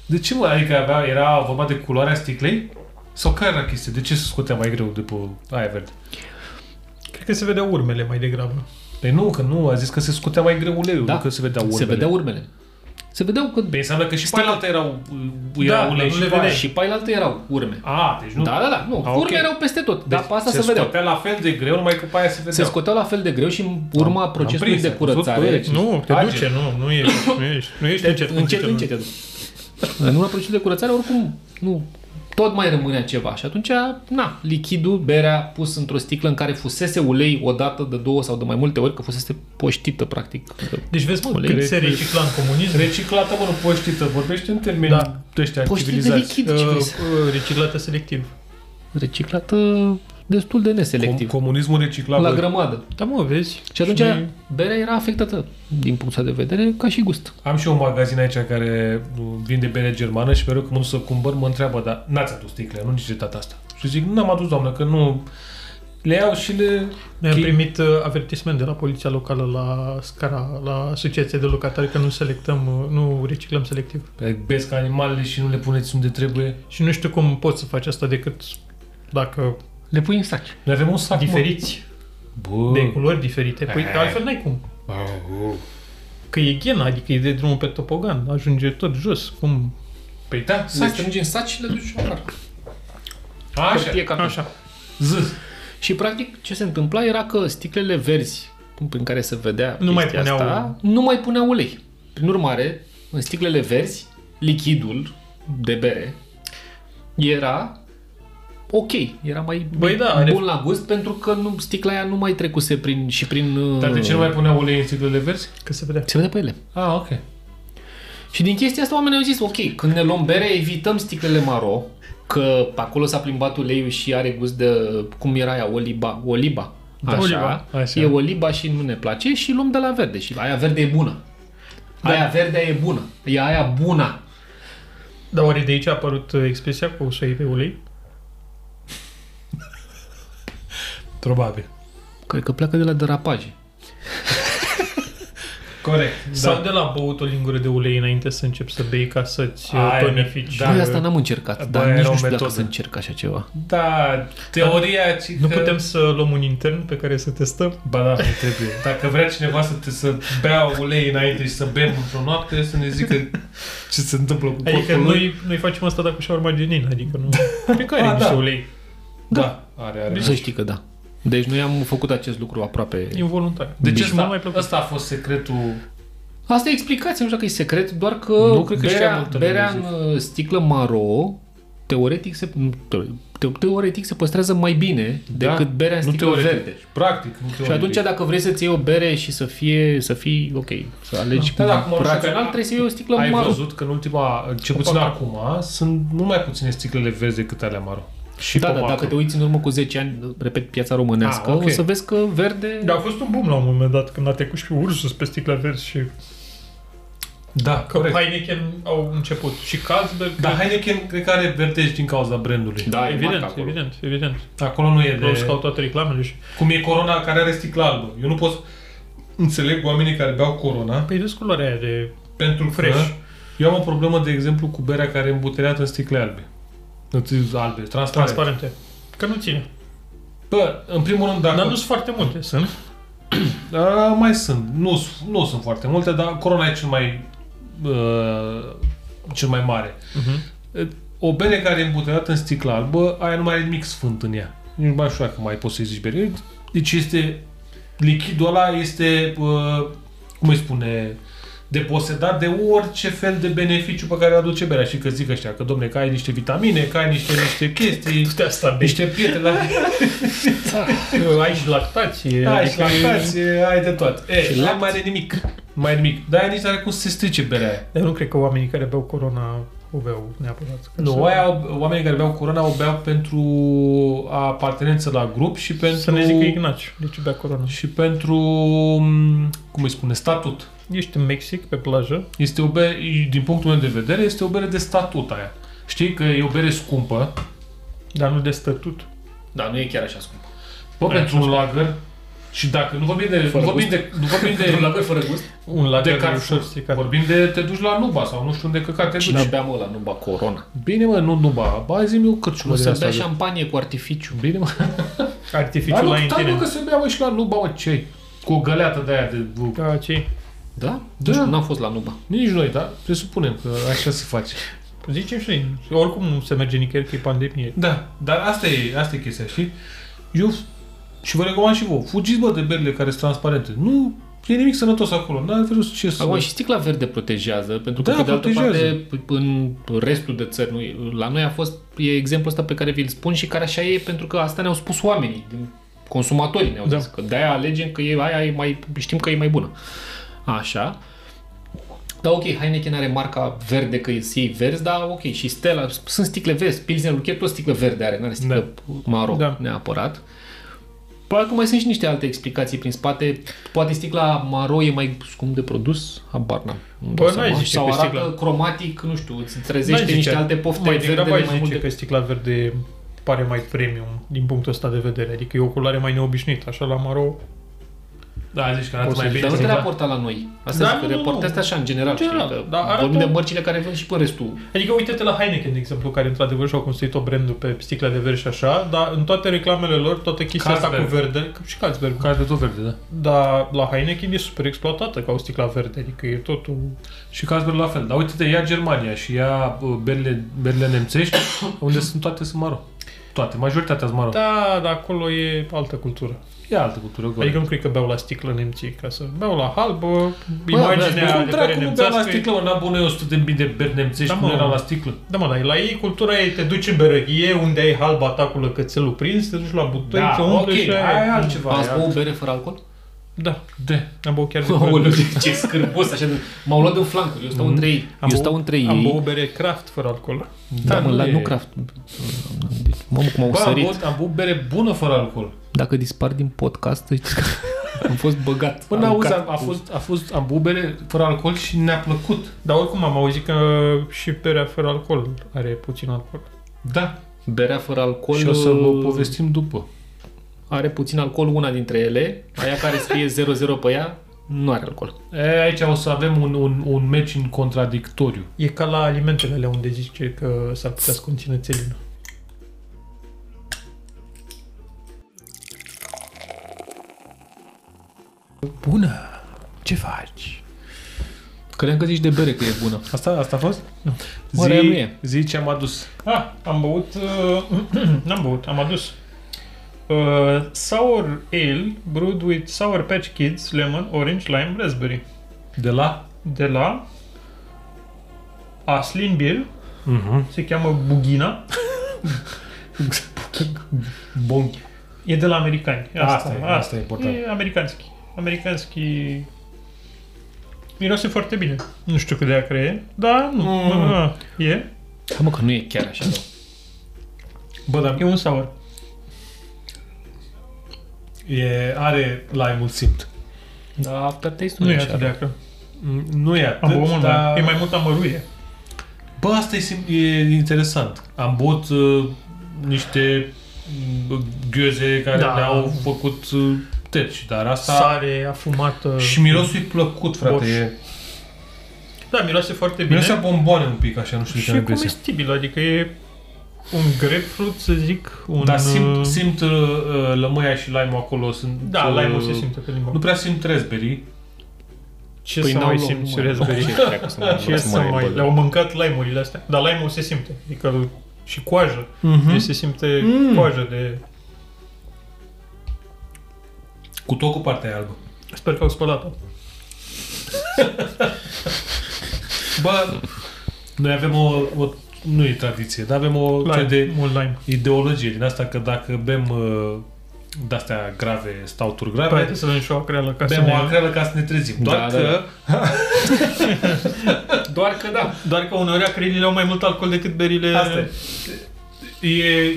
De ce, mă? Adică avea, era vorba de culoarea sticlei? Sau care era chestia? De ce se scotea mai greu de pe aia verde?
Cred că se vede urmele mai degrabă.
Păi nu, că nu, a zis că se scutea mai greu uleiul,
Da.
da. că se vedea urmele.
Se vedeau urmele. Se vedeau că
Păi înseamnă că și pe
Sticla-
alea erau, era
Da,
ulei
nu
și
le
pe aia.
vedeai.
și pe alte erau urme.
A, deci nu.
Da, da, da. Nu,
A,
urme
ok. Deci
erau peste tot. dar pe asta se,
se
vedeau.
scotea la fel de greu, numai că pe aia se vedea.
Se scoteau la fel de greu și în urma procesului
prins,
de
am văzut deci pe ele.
curățare,
Nu, te
Trage.
duce, nu, nu ești, nu ești, nu ești încet. cu
încet,
ducetul.
încet te duc. În urma procesului de curățare, oricum, nu, tot mai rămânea ceva. Și atunci, na, lichidul, berea pus într-o sticlă în care fusese ulei o dată, de două sau de mai multe ori, că fusese poștită, practic.
Deci vezi, mă,
Ulei.
cât se recicla în comunism,
Reciclată, mă, nu poștită. Vorbește în termeni da.
Da.
de ăștia
Poștită de
civilizați.
lichid, ce vrei să-
uh, reciclată selectiv.
Reciclată destul de
Com-
neselectiv.
comunismul reciclat.
la
bă.
grămadă.
Da, mă, vezi?
Și atunci
noi-
berea era afectată din punctul de vedere ca și gust.
Am și eu un magazin aici care uh, vinde bere germană și mereu când mă duc să cumpăr, mă întreabă, dar n-ați adus sticle, nu nici de data asta. Și zic, n-am adus, doamnă, că nu... Le iau și le...
Noi am
Chi-
primit uh, avertisment de la poliția locală la scara, la asociația de locatari că nu selectăm, uh, nu reciclăm selectiv.
Pe Besc animalele și nu le puneți unde trebuie.
Și nu știu cum poți să faci asta decât dacă
Le pui în saci.
Noi avem un sac, mă.
diferiți,
Bă.
de culori diferite, păi
Mm. Eh.
că altfel n-ai cum.
Au.
Că e ghena, adică e de drumul pe topogan, ajunge tot jos, cum...
Păi da,
Le
saci.
strângi în saci și le duci în car.
Așa,
Hârtie, carton.
Așa.
zâz.
Și practic ce se întâmpla era că sticlele verzi prin care se vedea
Nu mai
chestia
puneau-
asta, nu mai puneau ulei. Prin urmare, în sticlele verzi, lichidul de bere era ok, era mai
Băi, da, are-
bun la gust pentru că nu, sticla aia nu mai trecuse prin, și prin... uh,
Dar de ce nu mai punea ulei în sticlele verzi?
Că se vedea.
Se vede pe ele.
Ah, ok.
Și din chestia asta oamenii au zis, ok, când ne luăm bere, evităm sticlele maro, că pe acolo s-a plimbat uleiul și are gust de, cum era aia, oliba. Oliba. Așa,
oliba, așa.
E oliba și nu ne place și luăm de la verde. Și aia verde e bună. Aia verde e bună. E aia bună.
Dar oare de aici a apărut uh, expresia cu să iei pe ulei? Probabil.
Cred că pleacă de la derapaje.
Corect.
Da. Sau de la băut o lingură de ulei înainte să începi să bei ca să-ți uh,
Aia,
tonifici.
da.
Da, Băi, asta n-am încercat,
Bă,
dar
era
nici
o
nu știu dacă să
metodă.
încerc așa ceva.
Da, teoria... ci
Nu
că-
putem să luăm un intern pe care să testăm?
Ba da, nu trebuie. Dacă vrea cineva să, te, să bea ulei înainte și să bem într-o noapte, să ne zică ce se întâmplă cu corpul
Adică
lui.
noi, noi facem asta dar cu șaurma genin, adică nu... Cred că are
A,
niște
da.
ulei.
Da, are, are.
Să știi că da. Deci noi am făcut acest lucru aproape.
Involuntar.
Deci
Și mult
ăsta,
mai plăcut.
ăsta a fost secretul
Asta e explicația, nu știu dacă e secret, doar că
Nu, cred că știa
berea,
multă lume,
berea în uh, sticlă maro, teoretic se, nu, te, teoretic se păstrează mai bine
Da,
decât berea în
nu
sticlă
teoretic.
verde.
practic. Nu
Și atunci dacă vrei să-ți iei o bere și să fie, să fii, ok, să alegi
Da, da, cum am zis,
rațional,
că-
trebuie să iei o sticlă
ai
maro.
văzut că în ultima, ce puțin
Copac.
acum, sunt mult mai puține sticlele verzi decât ale maro. Și
Da, da,
copacul.
dacă te uiți în urmă cu 10 ani, repet, piața românească,
Ah, ok. Da,
o să vezi că verde...
Dar a fost un boom la un moment dat când a trecut și ursus pe sticla verzi și
Da,
că
corect. Da.
Heineken au început și Carlsberg.
Dar Heineken cred că are vertej din cauza brandului.
Da, e marca
Da. evident,
acolo.
evident, evident.
Da.
Acolo nu e
Vreau
de...
să caut toate reclamele și...
Cum e Corona care are sticla albă. Eu nu pot să înțeleg oamenii care beau Corona
Păi vezi culoarea aia de...
pentru că
Fresh.
eu am o problemă, de exemplu, cu berea care e îmbuteliată în sticle albe. În ți- Albe, transparente.
transparente. Că nu ține.
Bă, în primul rând, dacă...
Dar nu sunt foarte multe, sunt.
A, uh, mai sunt. Nu, s- nu sunt foarte multe, dar Corona e cel mai, uh, cel mai mare. Uh,
Uh-huh.
O bere care e îmbutelată în sticlă albă, aia nu mai are nimic sfânt în ea. Nici mai știu dacă mai poți să-i zici bere. Deci este... Lichidul ăla este, uh, cum îi spune, deposedat de orice fel de beneficiu pe care îl aduce berea. Și că zic ăștia că, domne, că ai niște vitamine, că ai niște, niște chestii,
De asta bei.
niște pietre la...
Deci, uh, Ai și lactație.
Da,
adică
și lactație, ai de tot. E,
Și
nu
lapte.
mai are nimic. Nu mai are nimic. Dar aia nici nu are cum să se strice berea aia.
Dar nu cred că oamenii care beau corona o beau neapărat. Ca
Nu,
să-
aia, o- oamenii care beau corona o beau pentru apartenență la grup și pentru...
Să ne zică Ignaci, de ce bea corona.
Și pentru, m, cum îi spune, statut.
Ești în Mexic, pe plajă,
Este o bere, din punctul meu de vedere, este o bere de statut aia. Știi că e o bere scumpă.
dar nu de statut.
Da, nu e chiar așa scump.
Bă, pentru un lager. Și dacă nu vorbim de... Nu
Fără
vorbim
gust.
de, nu vorbim
De... Un
de
lager fără gust?
Un
de
lager de ușor
Carrefour.
stricat.
Vorbim de te duci la Nuba sau nu știu unde căcat te duci.
Cine beam ăla, nu ba corona.
Bine, mă, nu Nuba. Ba, zi-mi o cârciumă
Nu
din
se
asta.
bea șampanie cu artificiu. Da?
Bine, mă. Dar
Artificiul
nu,
la
dar nu că
intine.
se bea, mă, și la Nuba, mă, ce Cu o găleată de aia de...
Ca ce?
Da?
Da.
Da. Nu știu, n-am fost la Nuba.
Nici noi, da? Presupunem că așa se face.
Zicem și noi. Oricum nu se merge nicăieri că e pandemie.
Da, dar asta e, asta e chestia, știi? Eu și vă recomand și vouă, fugiți bă de berile care sunt transparente. Nu e nimic sănătos acolo, n-are felul ce să...
Acum și sticla verde protejează, pentru că
Da,
pe de altă
protejează.
parte p- în restul de țări, nu, la noi a fost, e exemplul ăsta pe care vi-l spun și care așa e pentru că asta ne-au spus oamenii, din- consumatorii ne-au
Da.
zis, că de-aia alegem că e, aia e mai, știm că e mai bună. Așa. Da, ok, Heineken are marca verde că îți iei verzi, dar ok, și Stella, sunt sticle verzi, Pilsnerul chiar tot sticlă verde are, nu are sticlă maro
Da.
neapărat. Probabil că Păi, mai sunt și niște alte explicații prin spate. Poate sticla maro e mai scump de produs? Habar n-am. Îmi dau
Bă,
seama.
Păi, n-ai zice
Sau
că
arată
sticla-
cromatic, nu știu, îți
N-ai
trezește
zice.
niște alte pofte
mai
verde
degrabă
de
ai
mai
zice
multe.
că sticla verde pare mai premium din punctul ăsta de vedere. Adică e o culoare mai neobișnuită. Așa la maro,
Da, zici că arată
Poți
mai
să-
bine.
Dar nu te
sticla.
raporta la noi. Asta
Da,
da,
nu,
zic,
nu,
raporta
nu.
asta așa în general.
În general,
știi, că
dar arată-
Vorbim de mărcile care vând și pe restul.
Adică uite-te la Heineken, de exemplu, care într-adevăr și-au construit o brandul pe sticla de verde și așa, dar în toate reclamele lor, toată chestia asta cu
Carlsberg.
verde, că și Carlsberg,
Care de tot verde, da.
dar la Heineken e super exploatată ca o sticla verde, adică e totul...
Și Carlsberg la fel. Dar uite-te, ia Germania și ia bă, berile, berile nemțești, unde sunt toate sunt maro. toate, majoritatea sunt maro. Da.
Da, dar acolo e altă cultură.
E altă cultură.
Bă. Adică nu cred că beau la sticlă nemții ca să beau la halbă,
Bă,
imaginea
cum
de
dracu nu
bere
bea la
nemțească.
sticlă, mă, n-am bună eu 100 de mii de beri nemțești,
Da,
cum
mă.
erau la sticlă.
Da, mă, dar la ei cultura e te duci în berăghie unde ai halb atacul la cățelul prins, te duci la butoi,
Da,
te
ok,
umpli și
aia e altceva.
Ați
aia
băut
altceva.
bere fără alcool?
Da,
De.
am băut chiar de
Aoleu,
bere.
ce scârbos așa de... M-au luat în flancuri, eu stau între ei. Eu stau între
Mm-hmm. Am băut
ei.
bere craft fără alcool.
Da, mă,
nu
la
e-
nu craft. Deci, Mamă, cum au
Bă, am
sărit.
băut, am băut bere bună fără alcool.
Dacă dispar din podcast, știți că am fost băgat.
Până auzi,
aruncat
am, a fost, a fost, am băut bere fără alcool și ne-a plăcut.
Dar oricum am auzit că și berea fără alcool are puțin alcool.
Da.
cu Berea fără alcool uh,
Și o să vă povestim după.
are puțin alcool una dintre ele. Aia care scrie 00 pe ea, nu are alcool.
E, aici o să avem un, un, un meci în contradictoriu.
E ca la alimentele alea unde zice că s-ar putea să conțină țelină. Bună! Ce faci?
Credeam că zici de bere că e bună.
Asta, asta a fost?
Nu.
Mă, rea nu e.
zi ce am adus.
Ah, am băut... Uh, n-am băut, am adus. Uh, sour Ale brewed with Sour Patch Kids, Lemon, Orange, Lime, Raspberry.
De la?
De la Aslin Beer,
Mhm.
se cheamă Bugina.
Bun.
E de la americani. Asta,
Asta e, asta e important.
E americanski. Americanski... Miroase foarte bine. Nu știu cât de acre e, dar nu.
Mm.
Ah, E.
Da, mă, că nu e chiar așa, rău.
Bă, dar
E un sour.
e, are la mult simt.
Da, pe taste
Nu e atât de acre.
Mm, Nu e
Am
atât,
băut mult
dar...
mai. E mai mult amăruie.
Bă, asta e, sim- e interesant. Am băut uh, niște mm, ghiuze care
Da.
ne-au făcut uh, terci, dar asta...
Sare, afumată.
Și mirosul e plăcut, frate.
Boș.
E...
Da, miroase foarte bine.
Miroase a bomboane un pic, așa, nu știu de ce
și e
am impresia.
comestibil, adică e un grapefruit, să zic, un...
Da,
Dar simt,
uh,
simt uh, uh, lămâia și lime acolo. Sunt,
Da,
uh,
lime se simte pe
Păi
limba.
Nu prea simt raspberry.
Ce să mai simți raspberry? Ce să mai... Le-au mâncat lime-urile astea. Dar lime-ul se simte. Adică și coajă. Deci se simte
Mm.
coajă de...
Cu tot cu partea aia albă.
Sper că au spălat-o.
Bă, noi avem o, o nu e tradiție, dar avem o
Lime,
fel de
mult lime.
ideologie din asta că dacă bem uh, de-astea grave, stauturi
Păi
grave,
trebuie să dăm și o acreală ca să
bem o
ne...
acrelă ca să ne trezim. Doar
Da, da.
că
Doar că da.
Doar că uneori acrelile au mai mult alcool decât berile...
Asta e. E, e-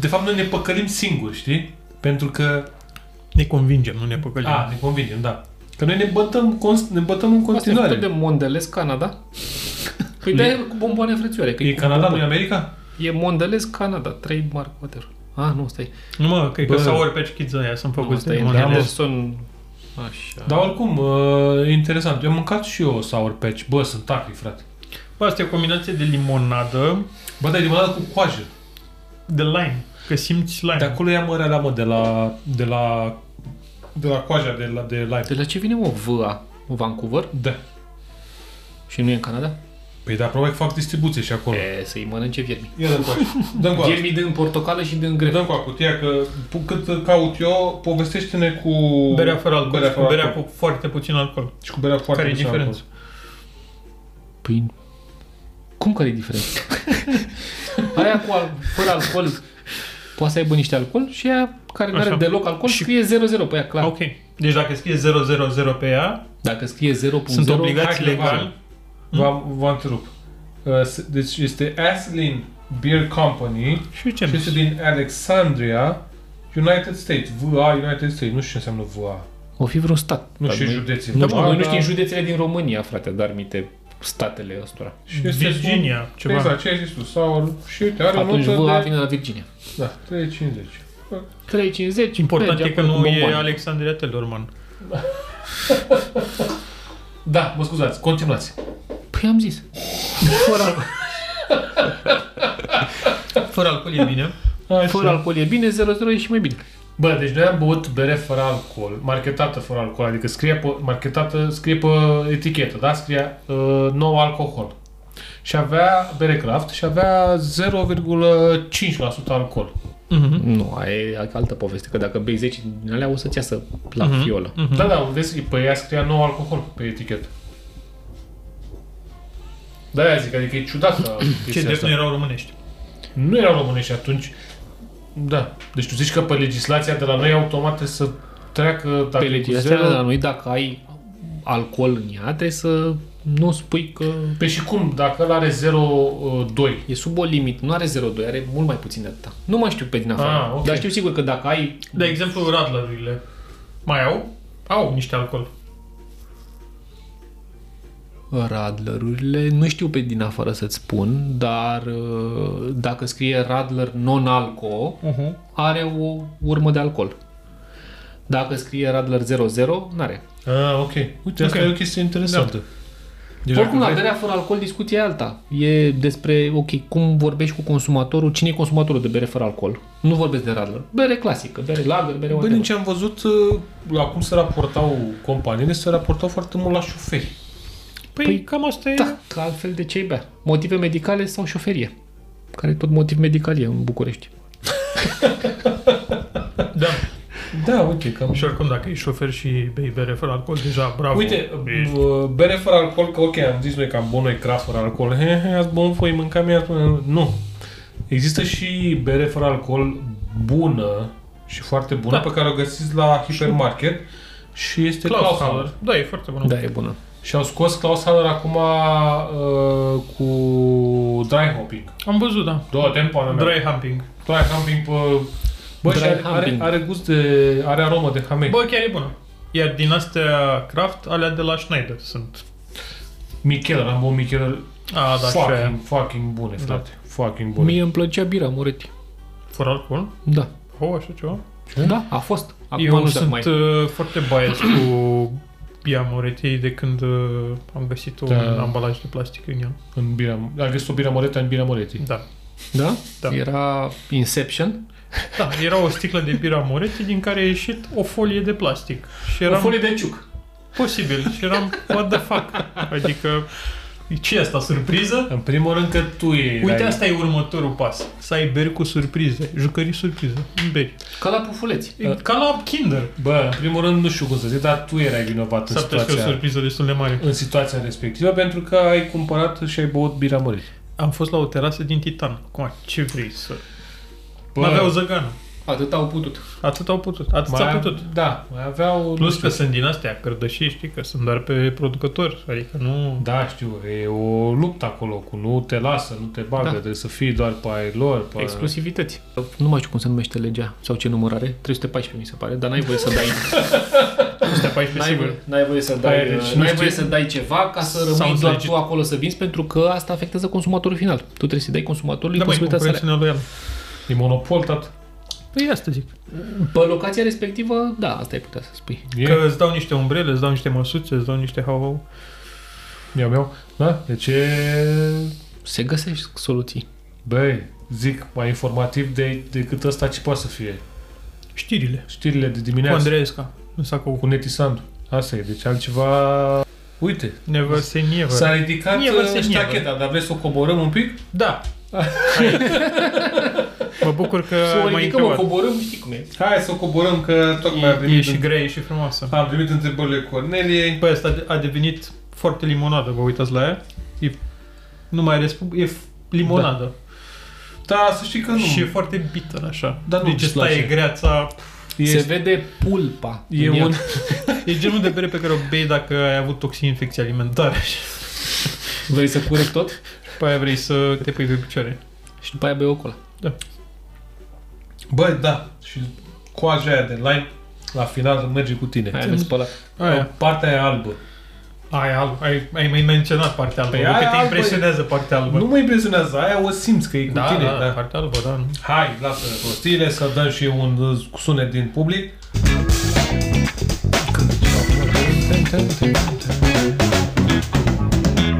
De fapt, noi ne păcălim singuri, știi? Pentru că...
Ne convingem, nu Ah, ne păcălim.
A, ne convingem, da. Că noi ne bătăm, const, ne bătăm în
Păi, Asta e
continuare.
făcut de Mondelez, Canada. Păi de cu bomboane frățioare. că
E
cu
Canada, nu
bomboane.
e America?
E Mondelez, Canada, trademark, whatever. Ah, nu, stai.
Nu mă, cred
Bă.
că sour patch kids aia sunt
Nu,
făcuți
asta e da,
din Mondelez. Da.
Anderson. Așa.
Dar oricum, uh, e interesant. Eu am mâncat și eu Sour Patch. Bă, sunt acri, frate.
Bă, Asta e o combinație de limonadă,
Bă, dar e limonadă cu coajă.
de lime. Că simți lime.
De acolo ia mărea la mă, de la... De la... De la coaja, de la de lime.
De la ce vine, mă, VA? Vancouver?
Da.
Și nu e în Canada?
Păi, dar probabil că fac distribuție și acolo.
E, să-i mănânce viermi.
Ia dăm coajă. Dăm coajă.
Viermi din portocală și din greu.
Dăm cu acutia că pu- cât caut eu, povestește-ne cu
Berea fără alcool
berea
berea,
fără
berea
alcool.
cu foarte puțin alcool.
și cu berea foarte
care e
puțin
diferența?
alcool.
Păi, cum care e diferența? aia cu al, fără alcool poate să aibă niște alcool și aia care nu
Așa.
are deloc alcool
Și-
scrie 00 pe ea,
Da.
clar.
Ok. Deci dacă scrie 000 pe ea,
Dacă scrie 0.0,
sunt obligați
hai că
legal.
vale.
Hmm?
V-am, vă întrerup. Uh, s- Deci este Aslin Beer Company
Și ce
și este din Alexandria, United States, VA, United States, nu știu ce înseamnă VA.
o fi vreun stat.
Nu
Dar
știu
noi-
județii.
Nu știu,
Dar-
noi nu știm județele din România, frate, dar minte statele ăstora.
Și este
Virginia,
un-
ceva.
Exact, ce ai zis tu, Saul. Și uite, are
Atunci
o
VA
notă de...
vine la Virginia.
Da, 3,50.
3,50.
Important
merge
e că
acolo
nu
cu
e
bomboane.
Alexandria Telorman.
Da, mă scuzați, continuați.
Păi am zis. Fără,
Fără alcool e bine.
fără alcool e bine, 00 e și mai bine.
Bă, deci noi am băut bere fără alcool, marketată fără alcool, adică scrie pe, marketată, scrie pe etichetă, da? Scrie uh, no alcohol. și avea bere craft și avea 0,5% alcool. Mhm.
Mm-hmm.
Nu, aia e altă poveste, că dacă bei 10 din alea o să-ți iasă la
Mhm.
fiolă.
Mhm.
Da, da, vezi, pe ea scria nou alcohol pe etichetă. Da, aia zic, adică e ciudată
Ce
chestia
drept nu
asta.
erau românești.
Nu erau românești atunci. Da. Deci tu zici că pe legislația de la noi automat trebuie să treacă dacă
Pe
e cu
legislația
zero-
de la noi, dacă ai alcool în ea, trebuie să nu spui că
Pe Păi și cum, dacă ăla are uh, 0,2,
e sub o limită. Nu are 0,2, are mult mai puțin de atâta. Nu mai știu pe din afară.
Ah, ok.
Dar știu sigur că dacă ai...
De exemplu, radlerurile. Mai au? Au niște alcool.
Radlerurile, nu știu pe din afară să-ți spun, dar uh, dacă scrie Radler non-alco,
Uh-huh.
are o urmă de alcool. Dacă scrie Radler 00, n-are.
Ah, ok. Uite, asta
Ok. Da.
e o chestie interesantă. Deci
Oricum, la
dacă vrei-
berea fără alcool discuția e alta. E despre, ok, cum vorbești cu consumatorul, cine e consumatorul de bere fără alcool. Nu vorbesc de Radler. Bere clasică, bere lager, bere
Bă, din
whatever.
ce am văzut, uh, la cum se raportau companiile, se raportau foarte mult la șoferi.
Păi,
Păi, păi cam asta e.
Da, că altfel de ce bea? Motive medicale sau șoferie? Care tot motiv medical e în București.
da.
Da, uite, cam...
Și oricum, dacă ești șofer și bei bere fără alcool, deja bravo.
Uite,
Ești-
b- bere fără alcool, că ok, am zis noi că am bun noi craft fără alcool, he, he, ați bun foi, mâncam iar, nu. Există și bere fără alcool bună și foarte bună,
Da.
pe care o găsiți la hipermarket și este Klaus Haller.
Da, e foarte bună.
Da, e bună.
Și au scos Klaus Haller acum uh, cu dry hopping.
Am văzut, da.
Două da. tempoane mea.
Dry humping.
Dry humping pe... Bă,
Dry
și are, are,
humping.
are, gust de... are aromă de hamei.
Bă, chiar e bună. Iar din astea craft, alea de la Schneider sunt.
Micheler, am băut Micheler
A, da, și aia.
fucking, fucking bune,
Da.
frate. Fucking bune.
Mie îmi plăcea bira, Moretti.
Fără alcool?
Da.
Oh, așa ceva?
Da, a fost. Acum
Eu
nu se
sunt
mai...
uh, foarte biased cu Bia Moretti de când uh, am găsit un
Da.
ambalaj de plastic în ea.
În bira, a găsit o bira moreta în bira moretii.
Da.
Da?
Da.
Era Inception.
Da, era o sticlă de Bia Moretti din care a ieșit o folie de plastic. Și eram
de ciuc.
posibil. Și eram, what the fuck? Adică, ce e asta, surpriză?
În primul rând că tu e.
Uite, asta e următorul pas. Să ai beri cu surprize. Jucării surpriză. Beri.
Ca la pufuleți.
E Ca la Kinder.
Bă, în primul rând nu știu cum să zic, dar tu erai vinovat în
S-ar putea să fie o
situația,
surpriză destul de mare.
în situația respectivă pentru că ai cumpărat și ai băut bira moretii.
Am fost la o terasă din Titan. Cum, ce vrei să...
Bă,
N-aveau zăgană.
Atât au putut.
Atât au putut. Atât
mai,
s-a
a-
putut.
Da, mai aveau... nu
Plus
știu,
că sunt din astea cărdășii, știi, că sunt doar pe producători. Adică nu...
Da, știu, e o luptă acolo cu nu te lasă, nu te bagă, da.
Da.
trebuie să fii doar pe ai lor, pe
Exclusivități. Nu mai știu cum se numește legea sau ce număr are. 314 mi se pare, dar n-ai voie să dai. Deci,
Astea 14,
n-ai,
sigur.
voie, n-ai voie să dai, uh,
Aia, deci, nu
n-ai
știu.
voie să dai ceva ca să
S-au
rămâi doar
înțelegit.
tu acolo să vinzi pentru că asta afectează consumatorul final. Tu trebuie să dai consumatorului
Da, mai
posibilitatea să
concurență
alea.
neloială.
E monopol, tat.
Păi asta zic.
Pe locația respectivă, da, asta ai putea să spui.
E,
Că îți dau niște umbrele, îți dau niște măsuțe, îți dau niște hau
miau, miau. Da? Deci e...
Se găsesc soluții.
Băi, zic, mai informativ de, decât ăsta ce poate să fie.
Știrile.
Știrile de
Cu
dimineață
Andreesca. În sacou
cu
cu
Neti Sandu. Asta e, deci altceva... Uite,
Never say never.
s-a ridicat
Never say
uh, ștacheta, dar vreți să o coborăm un pic?
Da. mă bucur că
Să o
m-ai
ridicăm, o
întrebat.
coborâm, știi cum e.
Hai să o coborăm, că tocmai am
E, e
primit,
și grea, e și frumoasă.
am primit întrebările Corneliei.
Bă, asta a devenit foarte limonadă, vă uitați la ea. E, nu mai are spum, e f- limonadă.
Da, să știi că nu.
Și e foarte bitter, așa.
Dar nu
deci
îți
asta
place.
e greața.
Se
e,
vede pulpa.
e
în ea.
un...
E genul de bere pe care o bei dacă ai avut toxin infecție alimentară. Și
Vrei să curec tot?
după aia vrei să te pui pe picioare.
Și după aia bei o cola.
Bă, da, și coaja aia de lime, la final merge cu tine.
Aia mi-a spălat.
Aia.
Partea aia albă.
Aia albă. Oh. Ai, ai mai menționat partea albă.
Păi
Păi că
aia
te
albă e-
impresionează partea albă.
Nu mă impresionează, aia o simți că e cu
da,
tine.
da, da, partea albă, da. Nu.
Hai, lasă prostiile, să dăm și un uh, sunet din public.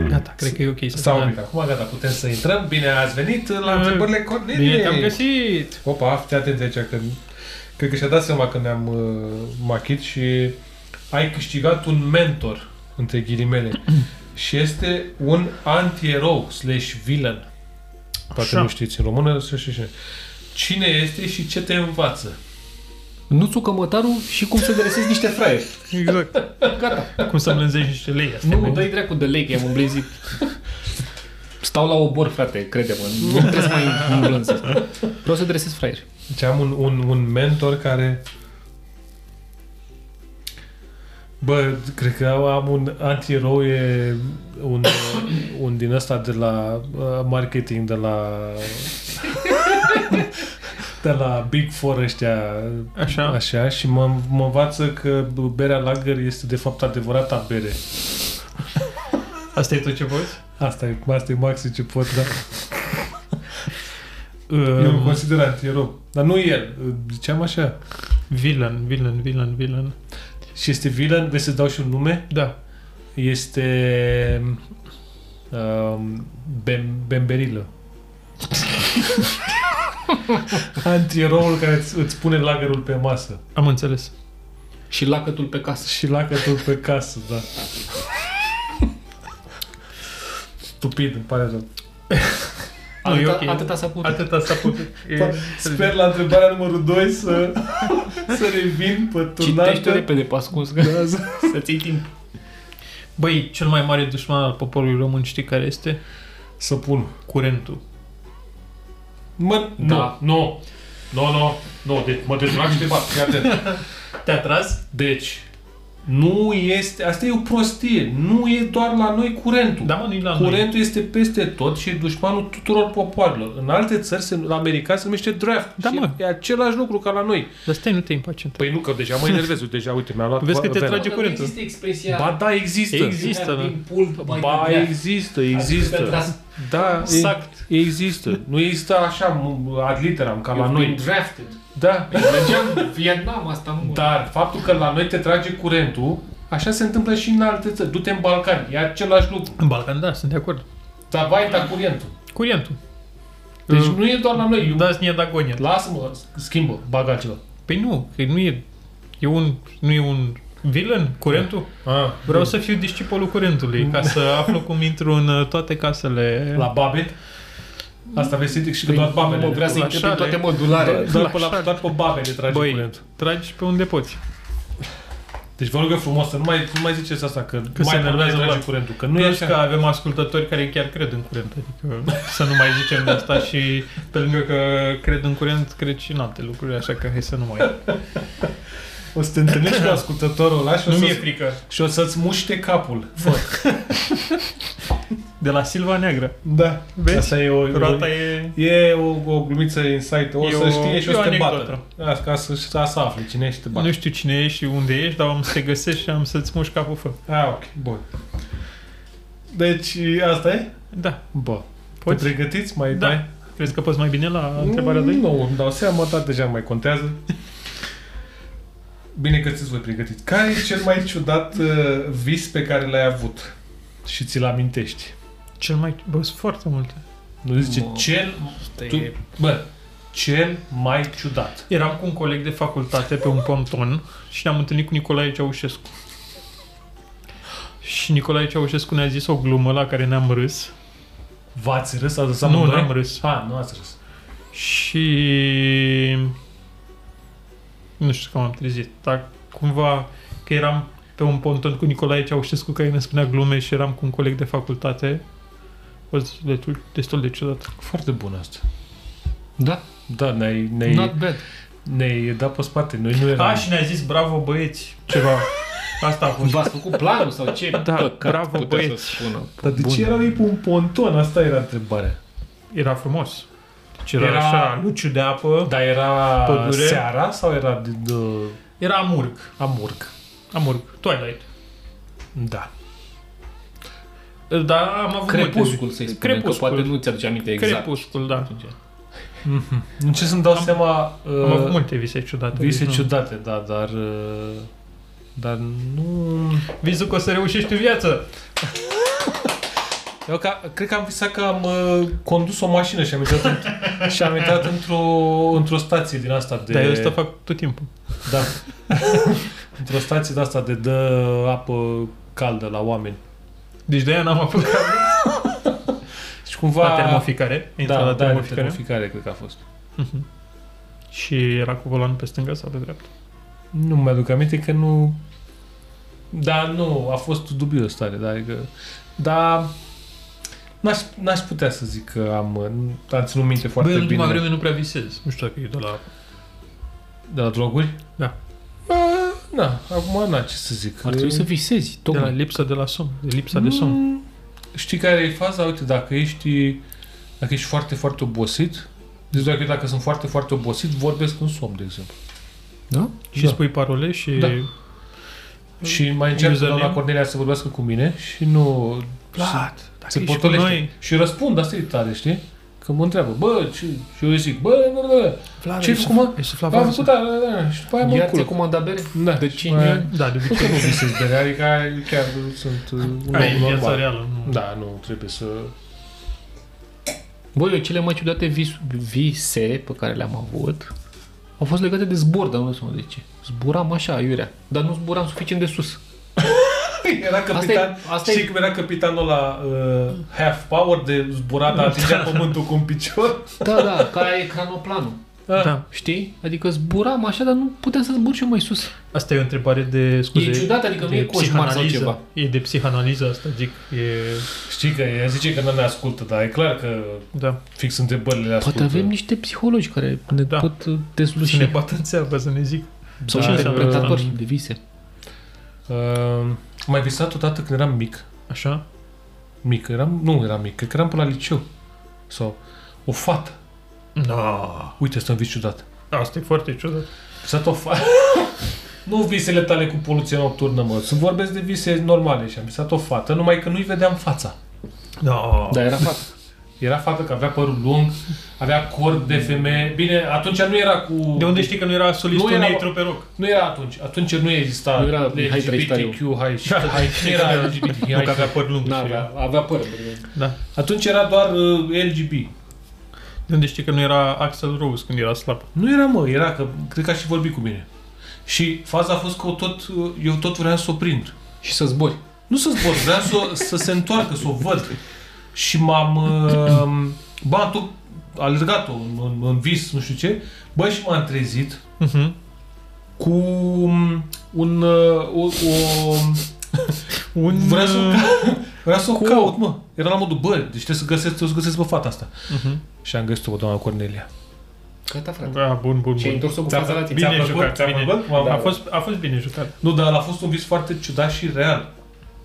Gata, cred că e ok să
S-a
terminăm.
oprit. Acum gata, putem să intrăm. Bine ați venit la întrebările Cornelie.
Bine, te-am găsit!
Opa, fii atent aici, că cred că și-a dat seama că ne-am uh, machit și ai câștigat un mentor, între ghilimele. Și este un antierou slash villain. Dacă
Așa.
nu știți în română, să știți. Cine este și ce te învață?
Nuțu Cămătaru și cum să dresezi niște fraieri.
Exact.
Gata.
Cum să mlânzești niște lei astea?
Nu, dai dracu de lei, că i-am îmblânzit. Stau la obor, frate, crede-mă. Nu trebuie să mai îmblânzesc. Vreau să dresez fraieri.
Deci am un, un, un mentor care... Bă, cred că am un anti-erou, e un, un din ăsta de la uh, marketing, de la... de la Big Four ăștia,
Așa.
așa și mă, mă învață că berea lager este de fapt adevărata bere.
Asta e tot ce poți?
Asta e, asta e maxim ce pot, da. Eu îl
Uh,
consider anti-erou. Dar nu el, ziceam așa.
villain, villain, villain, villain.
Și este villain, vrei să dau și un nume?
Da.
este um, bem, bemberilă. Antieroul care îți, îți pune lagărul pe masă
Am înțeles.
Și lacătul pe casă.
și lagătul pe casă, da. Stupid, îmi pare rău.
Nu, e
Atâta,
ok.
atâta s-a putut.
Atâta s-a putut. E-
Sper la întrebarea numărul 2 să, să revin pe
Citește
turnată.
repede, pascuns, că da. să ții timp.
Băi, cel mai mare dușman al poporului român știi care este?
Să pun.
Curentul.
Mă,
Da.
nu, nu, nu, nu, nu, de, mă dezbrac și te bat, fii atent.
Te-a tras?
Deci, nu este, asta e o prostie, nu e doar la noi curentul.
Da, mă, nu-i la noi.
Curentul este peste tot și e dușmanul tuturor popoarelor. În alte țări, se, la americani, se numește draft.
Da,
și
mă.
E același lucru ca la noi.
Dar stai, nu te impacenta.
Păi nu, că deja mă enervez. Uite, Deja, uite, mi-a luat
Vezi că
va-
te
vena.
trage curentul.
Există expresia
Ba da, există.
Exist-
"Era
da.
din pulp mai
Ba,
dădea".
există,
Adică
există.
era
Da, e,
Sact.
există. Nu există așa, m- ad literam, ca la
You've been
noi.
drafted.
Da.
Păi, Mergeam în Vietnam, asta nu.
Dar faptul că la noi te trage curentul, așa se întâmplă și în alte țări. Du-te în Balcani, e același lucru.
În Balcan, da, sunt de acord.
Dar vai da curentul.
Curentul.
Deci
Mm.
nu e doar la noi. Da.
Dați-ne Dagonia.
Lasă-mă, schimbă, bagă altceva.
Păi nu, că nu e, e un, nu e un villain, curentul.
Ah,
Vreau să fiu discipolul curentului, ca să aflu cum intru în uh, toate casele.
La Babet? Asta vrei să zic și că doar
Păi,
babele.
Păi, Mă vrea să-i
Așa
întreb în toate
le-
modulare.
doar, pe
la
la,
șale.
doar pe babele trage
Băi.
curentul.
Tragi pe unde poți.
Deci vă rog eu frumos să nu mai, nu mai ziceți asta, că,
Că se
mai
enervează
trage
la- Păi
curentul. Că
Nu
nu e
Plus
așa.
că avem ascultători care chiar cred în curent, adică să nu mai zicem de asta și pe lângă că cred în curent, cred și în alte lucruri, așa că hai să nu mai...
O să te întâlnești cu ascultătorul ăla și o,
Nu mi-e
să,
frică.
și o să-ți muște capul.
De la Silva Neagră.
Da.
Vezi?
Asta e o, o,
Roata e...
E o, o glumiță inside, o
E
să
o-
știe și o
e o
să te
anecdotă.
bată. Asta, ca să, ca să afli cine ești și te bată.
Nu știu cine ești și unde ești, dar am să te găsesc și am să-ți mușc capul fă.
Ah, ok, bun. Deci asta e?
Da,
Bă,
poți?
te pregătiți? Mai
Da.
mai?
Crezi că poți mai bine la întrebarea 2?
Mm, Nu, îmi dau seama, dar deja nu mai contează. Bine că ți-ți voi pregătiți. Care e cel mai ciudat uh, vis pe care l-ai avut? Și ți-l amintești.
Cel mai... Bă, sunt foarte multe.
Nu zice
Mă,
cel... Tu,
e-
bă, cel mai ciudat.
Eram cu un coleg de facultate pe un ponton și ne-am întâlnit cu Nicolae Ceaușescu. Și Nicolae Ceaușescu ne-a zis o glumă la care ne-am râs.
V-ați râs? Ați râs
nu,
amândoi?
n-am râs.
Ha, nu ați râs.
Și... Nu știu cum am trezit, dar cumva că eram pe un ponton cu Nicolae Ceaușescu care ne spunea glume și eram cu un coleg de facultate. A fost destul, destul de ciudat.
Foarte bun asta.
Da,
Da, ne-ai, ne-ai,
not bad.
ne-ai dat pe spate. Noi nu eram...
A, Da, și ne-a zis bravo băieți, ceva. Asta a fost.
V-ați făcut planul sau ce?
Da,
Păcat
bravo,
putea
băieți.
Să spună.
Dar de
Bun.
ce erau ei pe un ponton? Asta era întrebarea.
Era frumos. Deci era,
Era-
era... așa, Da. luciu de apă.
Dar era
Pădure?
seara sau era de, de
Era amurg.
amurg?
Amurg. Twilight.
Da.
Dar Da, am avut multe.
Crepuscul, să-i spunem,
Crepuscul.
că poate nu ți-aduce aminte exact.
Crepuscul, da.
Nu ce să-mi dau am, seama
Am avut
uh,
multe vise ciudate.
vise
deci nu-
ciudate, da, dar uh, dar nu...
Visul că o să reușești în viață.
Eu ca, cred că am visat că am uh, condus o mașină și am intrat, în, și am intrat într-o, într-o stație din asta de...
Dar eu asta fac tot timpul.
Da. într-o stație de asta de dă apă caldă la oameni.
Deci de aia n-am apucat
Și cumva...
la termoficare. Intra
Da,
la
da, la
termoficare.
termoficare cred că a fost.
și era cu volanul pe stânga sau pe dreapta.
Nu mi-aduc aminte că nu... Dar nu, a fost dubios tare, dar adică... Dar... N-aș, n-aș putea să zic că am... uh, Am ținut minte foarte
Băi, în
bine.
ultima vreme nu prea visez. Nu știu dacă e de la...
De la droguri?
Da.
Bă, Na, acum n-am ce să zic.
Ar trebui să visezi,
De la
tocmai.
lipsă de la somn. De lipsa de somn.
Mm, Știi care e faza? Uite, dacă ești, dacă ești foarte, foarte obosit, deci dacă, dacă sunt foarte, foarte obosit, vorbesc în somn, de exemplu.
Da?
Și
Da.
spui parole și...
Da. Și mai încearcă
Username?
doamna Cornelia să vorbească cu mine și nu...
Plat! Dacă
se
ești cu
potolește.
noi,
Și răspund, asta e tare, știi? Că mă întreabă, bă, ce? Și eu îi zic, bă, nu, nu, nu,
Vlad,
ce ai
ești-
făcut, mă?
Ești
Am
suflat
făcut, da, da, da, și după aia mă
Iar ți-a
încurc.
comandat bere?
Da,
De
și
cinci
după aia-
ani?
Da, de
Nu că
obicei.
nu visez bere, adică chiar sunt uh, un
Ai
om
viața
normal.
reală. Nu.
Da, nu, trebuie să...
Băi, eu cele mai ciudate vis- vise pe care le-am avut au fost legate de zbor, dar nu știu de ce. Zburam așa, aiurea, dar nu zburam suficient de sus.
Era capitan,
Asta e-
asta
asta e-
știi cum era capitanul la uh, half power de zbura, dar atingea pământul cu un picior?
Da, da, ca ecranoplanul.
Da.
Știi? Adică zburam așa, dar nu puteam să zbur și eu mai sus.
Asta e o întrebare de, scuze,
E ciudat, adică nu
de
e coșmar sau
psihanaliză.
ceva.
E de psihanaliză asta, zic. E,
Știi că e, zice că nu ne ascultă, dar e clar că
da.
fix întrebările le ascultă.
Poate avem niște psihologi care ne Da,
Da.
pot uh,
Să
dezluși.
ne bată în țeavă, să ne zic.
Sau și
Dar,
interpretatori
um,
de vise.
Uh, mai visat odată când eram mic.
Așa?
Mic, eram, nu eram mic, cred că eram pe la liceu. Sau o fată.
Da.
Uite, stăm vis ciudat.
Asta e foarte ciudat.
Visat o fată. nu visele tale cu poluție nocturnă, mă. Să vorbesc de vise normale și am visat o fată, numai că nu-i vedeam fața.
Da.
Da, era fată.
Era faptul că avea părul lung, avea corp de femeie. Bine, atunci nu era cu...
De unde știi că nu era solistul
Nu era-
unei trupe rock?
Nu era atunci. Atunci nu exista
Nu era Hai
LGBTQ,
Traiștariu.
hai și hai. Nu era LGBTQ, hai.
Nu că avea păr lung. și-
da.
N-avea, avea păr.
Da.
Atunci era doar uh, LGB.
De unde știi că nu era Axel Rose când era slab?
Nu era, mă, era că cred că a și vorbit cu mine. Și faza a fost că o tot, uh, eu tot vreau să o prind.
Și să zbori.
Nu să zbor, vreau să, o- să se întoarcă, să o văd. Și m-am... Uh, ba, tu alergat-o în, în, în vis, nu știu ce. Bă, și m-am trezit
Uh-huh.
cu mm, un... uh, O, o,
Un...
vreau să o, vreau să o
Cu-
caut, mă. Era la modul, bă, deci trebuie să găsesc, trebuie să găsesc pe fata asta.
Uh-huh.
Și am găsit-o pe doamna Cornelia.
Gata, frate.
Da, bun, bun,
Și ai
bun.
întors-o cu
Ți-a
fața la
plăcut? Da,
tine.
Bine
Ți-a
jucat,
ți-a
bine.
plăcut? M-am-
A
am fost-
fost, a fost bine jucat.
Nu, dar a fost un vis foarte ciudat și real.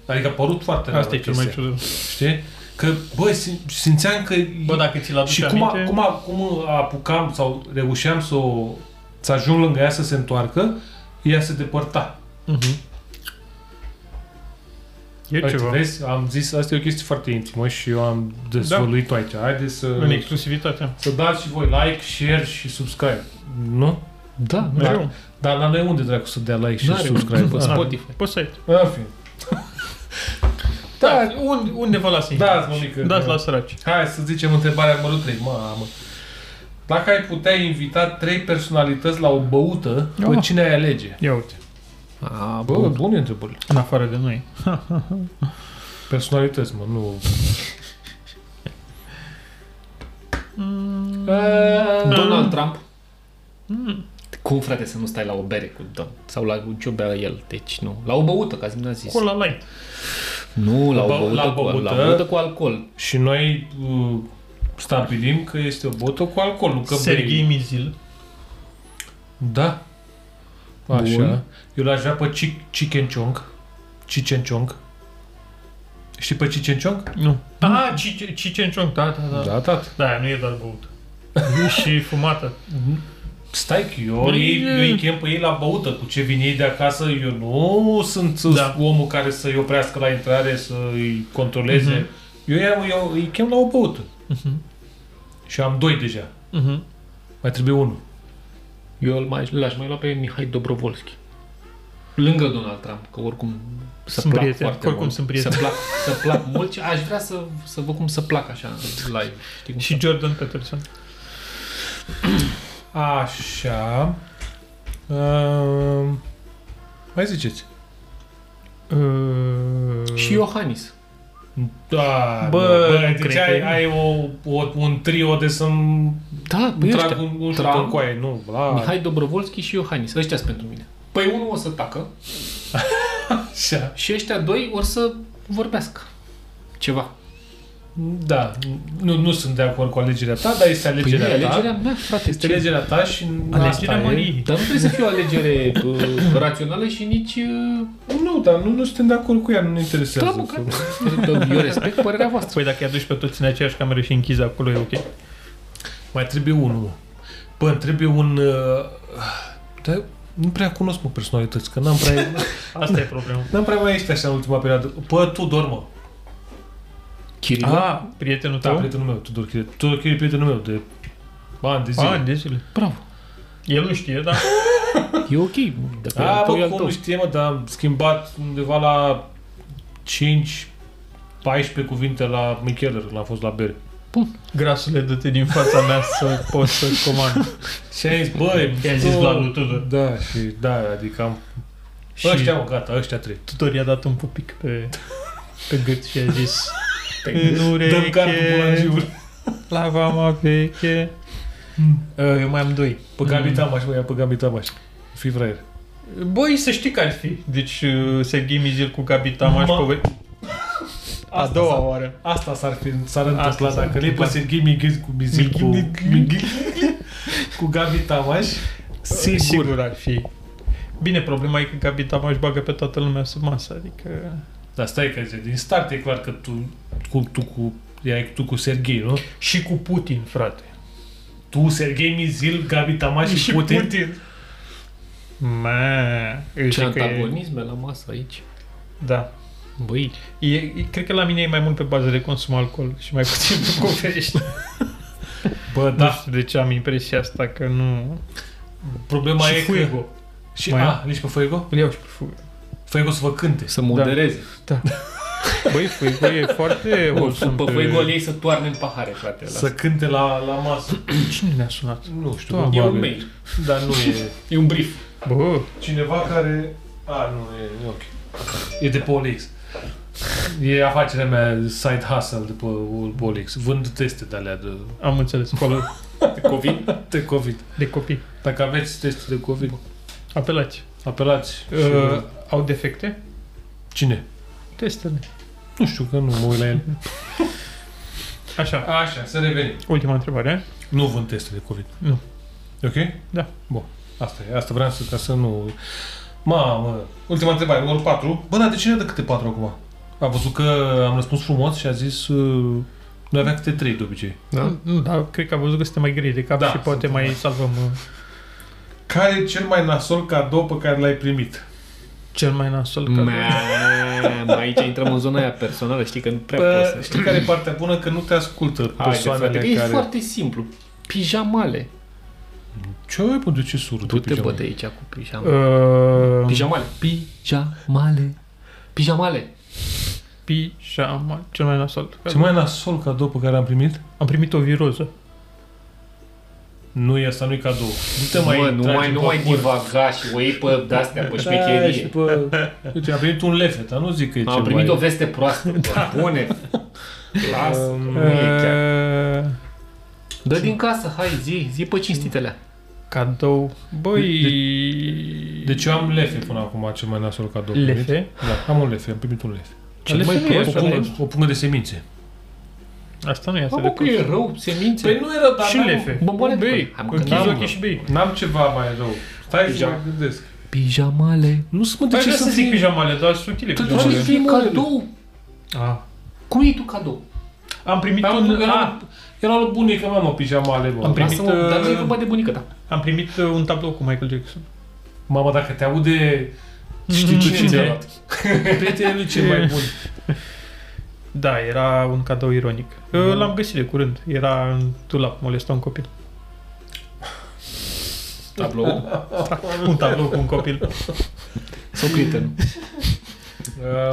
Adică a părut foarte real
Asta e cel mai
chestia,
ciudat.
Știi? Că, bă, sim- simțeam că...
Bă, dacă ți-l aduci
și cum, a,
aminte-
cum, a, cum apucam sau reușeam să, o, să ajung lângă ea să se întoarcă, ea se depărta.
Mhm. E
Uite,
ceva.
vezi, am zis, asta e o chestie foarte intimă și eu am dezvăluit-o aici. Haideți să...
Da. În exclusivitatea.
Să dați și voi like, share și subscribe. Nu?
Da,
Nu
da.
știu.
Dar la noi unde dracu să dea like și
N-are.
subscribe?
Pe
Da.
Spotify.
Poți să ai.
În fine.
Da, un, undeva la singur.
Dați, mă, mică.
Dați la săraci.
Hai să zicem întrebarea numărul 3. Mamă. Dacă ai putea invita trei personalități la o băută, pe
Ah.
cine ai alege?
Ia uite,
A,
Bă,
bun.
bune întrebări.
în afară de noi.
Personalități, mă, nu... Mm.
Donald Trump. Hmm. Cum, frate, să nu stai la o bere cu Don? Sau la ce bea el? Deci nu. La o băută, ca mi-a zis.
Cola light.
Nu, la o
La bă-
băută,
la
cu,
băută.
la băută cu alcool.
Și noi uh, stabilim că este o băută cu alcool, nu că bei.
Serghei Mizil.
Da. Așa.
Bun.
Eu l-aș vrea pe Chic, Chicken Chong. Chicken Chong. Știi pe Chicken Chong?
Nu. Ah, Cicenciong, da, da, da.
Da, tată.
Da, nu e doar băută. E și fumată.
Stai că eu, ei, eu îi chem pe ei la băută. Cu ce vin ei de acasă, eu nu sunt da.
Da.
omul care să-i oprească la intrare, să-i controleze.
Mhm.
Eu, eram, eu îi chem la o băută. Și am doi deja.
Mhm.
Mai trebuie unul.
Eu îl mai, l-aș mai lua pe Mihai Dobrovolski. Lângă Donald Trump, că oricum să
Sunt
plac
prieteni,
foarte
oricum
mult.
sunt prieteni.
Să plac, să plac mult și aș vrea să, să văd cum să plac așa în live. Știi cum
Și Jordan Peterson.
Așa. Uh, mai ziceți.
Uh,
să... și Iohannis.
Da,
Bă,
bă,
nu
deci
cred
ai,
că-
ai o, o, un trio de să-mi
Da, păi
trag
ăștia.
un, un șut
Tram,
în coaie, nu, la...
Mihai Dobrovolski și Iohannis. Ăștia sunt pentru mine. Păi unul o să tacă
Așa.
și ăștia doi or să vorbească ceva.
Da, nu, nu sunt de acord cu alegerea ta, dar este
Păi
alegerea
e
ta.
alegerea mea, frate.
Este
ce-
alegerea ta și
Alegerea
asta e.
Mariei.
Dar nu trebuie să fie o alegere uh, rațională și nici... Uh,
Nu, dar nu, nu suntem de acord cu ea, nu ne interesează.
da, mă, că- eu respect părerea voastră.
Păi dacă i aduci pe toți în aceeași cameră și închizi acolo, e ok.
Mai trebuie unul. mă. Bă, îmi trebuie un... Uh, dar nu prea cunosc, mă, personalități, că n-am prea...
Asta e problema.
n-am prea mai ieșit așa în ultima perioadă. Bă, Tudor, mă.
Chirilă.
Ah, prietenul
Da,
tău?
prietenul meu, Tudor Chire. Tudor Chire e prietenul meu de ani de zile.
Ani de zile.
Bravo.
El nu știe, da. dar
E ok. Dacă e
A,
Păi al tău, e
Ah, bă,
al
cum
tău.
nu știe, mă, dar am schimbat undeva la 5 14 cuvinte la Micheler, l-am fost la bere.
grasule, dă-te din fața mea să pot să comand.
Și am zis, bă, e
I-a zis
mișto.
la lui Tudor.
Da, și da, adică am... Și...
Și-
Ăștia, mă, gata, ăștia trei.
Tutor i-a dat un pupic pe, pe gât și a zis
Dăm
În ureche,
cardul bulangiul.
la vama veche. Uh, Eu mai am doi.
Pe Gabi Tamaș, mă, ia pe Gabi Tamaș. Fii fraier.
Băi, să știi că ar fi. Deci uh, Serghei Mizil cu Gabi Tamaș
Ma-
pove... A
Asta
doua
s-a-
oară.
Asta s-ar fi s-ar
Asta
întâmplat
s-ar
dacă le
întâmpla.
pe Serghei Mighiz cu Mizil cu, Mighiz- cu Gabi Tamaș.
Sigur. Sigur ar fi. Bine, problema e că Gabi Tamaș bagă pe toată lumea sub masă, adică...
Dar stai că zice, din start e clar că tu cu, tu cu erai tu cu Serghei, nu?
Și cu Putin, frate.
Tu, Serghei Mizil, Gabi Tamaș și, Putin.
Mă,
Ce
zic că e,
antagonisme la masă aici.
da.
Băi,
E, e, cred că la mine e mai mult pe bază de consum alcool și mai puțin pe conferiști.
Bă,
Da. Nu
da,
știu de ce am impresia asta că nu...
problema
și
e că...
Fuego.
Și
Mai
a,
am.
nici pe Fuego?
Îl iau și pe Fuego.
Fuego să vă cânte.
să modereze.
Băi, Fuego e foarte
Da.
awesome
Pe voigol ei să toarne în pahare, frate. lasă.
Să cânte la, la masă.
Cine ne-a sunat?
Nu știu,
Doamne.
E un
probabil.
mail.
Dar nu e...
E un brief.
Bă,
Cineva care... A, nu, e, e ok. E de pe OLX. E afacerea mea side hustle de pe OLX. Vând teste de alea de,
am înțeles. Acolo
COVID.
de COVID.
de copii.
Dacă aveți teste de COVID,
Apelați.
apelați. Și...
Uh, au defecte?
Cine?
Testele.
Nu știu, că nu mă uit la el.
Așa,
Așa, să revenim.
ultima întrebare.
Nu vând teste de COVID.
Nu.
E ok?
Da.
Bun. Asta e. Asta vreau să, ca să nu... Mamă. Ultima întrebare, numărul 4. Bă, dar de ce ne dă câte 4 acum? Am văzut că am răspuns frumos și a zis... Uh, noi aveam câte 3 de obicei.
Da? Nu, dar cred că a văzut că suntem mai grei de cap
Da,
da, și poate
suntem
mai
mai-
salvăm uh,
Care e cel mai nasol cadou pe care l-ai primit?
cel mai nasol. cadou.
Mă, aici intrăm în zona aia personală, știi că nu prea poți
Bă,
să...
știi care e partea bună? Că nu te ascultă
Haide, frate,
persoanele
că e
care...
foarte simplu. Pijamale.
Ce ai, bă, de ce sură de
Du-te,
pijama?
bă, de aici cu pijamale.
Ă,
Uh,
Pijamale. Pijamale. Pijamale.
Pijama, cel mai nasol.
Cel mai nasol cadou pe care l-am primit?
Am primit o viroză.
Nu, e asta nu-i cadou. Nu te mai
Mă, nu
tragi
mai,
în
nu mai
popor.
divaga și o iei pe de-astea, pe
Da, și
șmecherie.
bă, uite, am primit un lefet, dar nu zic că e cel
Am primit
mai...
o veste proastă, da. bune. Lasă,
Um,
nu e chiar.
Uh,
Dă din casă, hai, zi, zi pe cinstitele.
Cadou. Băi...
Deci eu am lefe până acum, cel mai nasol cadou primit.
Lefe?
Da, am un lefe, am primit un lefe.
Ce lefe
Mai
nu e
prost, o,
așa,
pungă,
nu?
o pungă de semințe.
Asta nu e asta
Bă, că e rău, semințe.
Păi nu era, dar
Și
n-am-
lefe.
Bombole,
Bei.
hai, mă, că
Închizi
n-am,
ochii
mă.
și bei.
N-am ceva mai rău. Stai să
Pijama.
mă gândesc.
Pijamale.
Nu sunt
De
de
ce
ce
Păi să zic pijamale, dar sunt utile
Tot
pijamale.
ce-
Păi, e cadou.
Ah.
Cum iei tu cadou?
Am primit
Am,
un...
era,
ah,
era lui bunica mea, mă, pijamale, mă.
Am primit,
Lasă-mă, dar nu e
uh,
vorba de bunică ta.
Am primit uh, un tablou cu Michael Jackson.
Mama, dacă te aude, știi tu ce
Mm-hmm. cine
ți-a
e.
luat. Prietenul lui cel mai bun.
Da, era un cadou ironic. Uh, L-am găsit de curând. Era în tulap, molesta un copil.
da. Tablou
Un tablou cu un copil.
sau prietenul?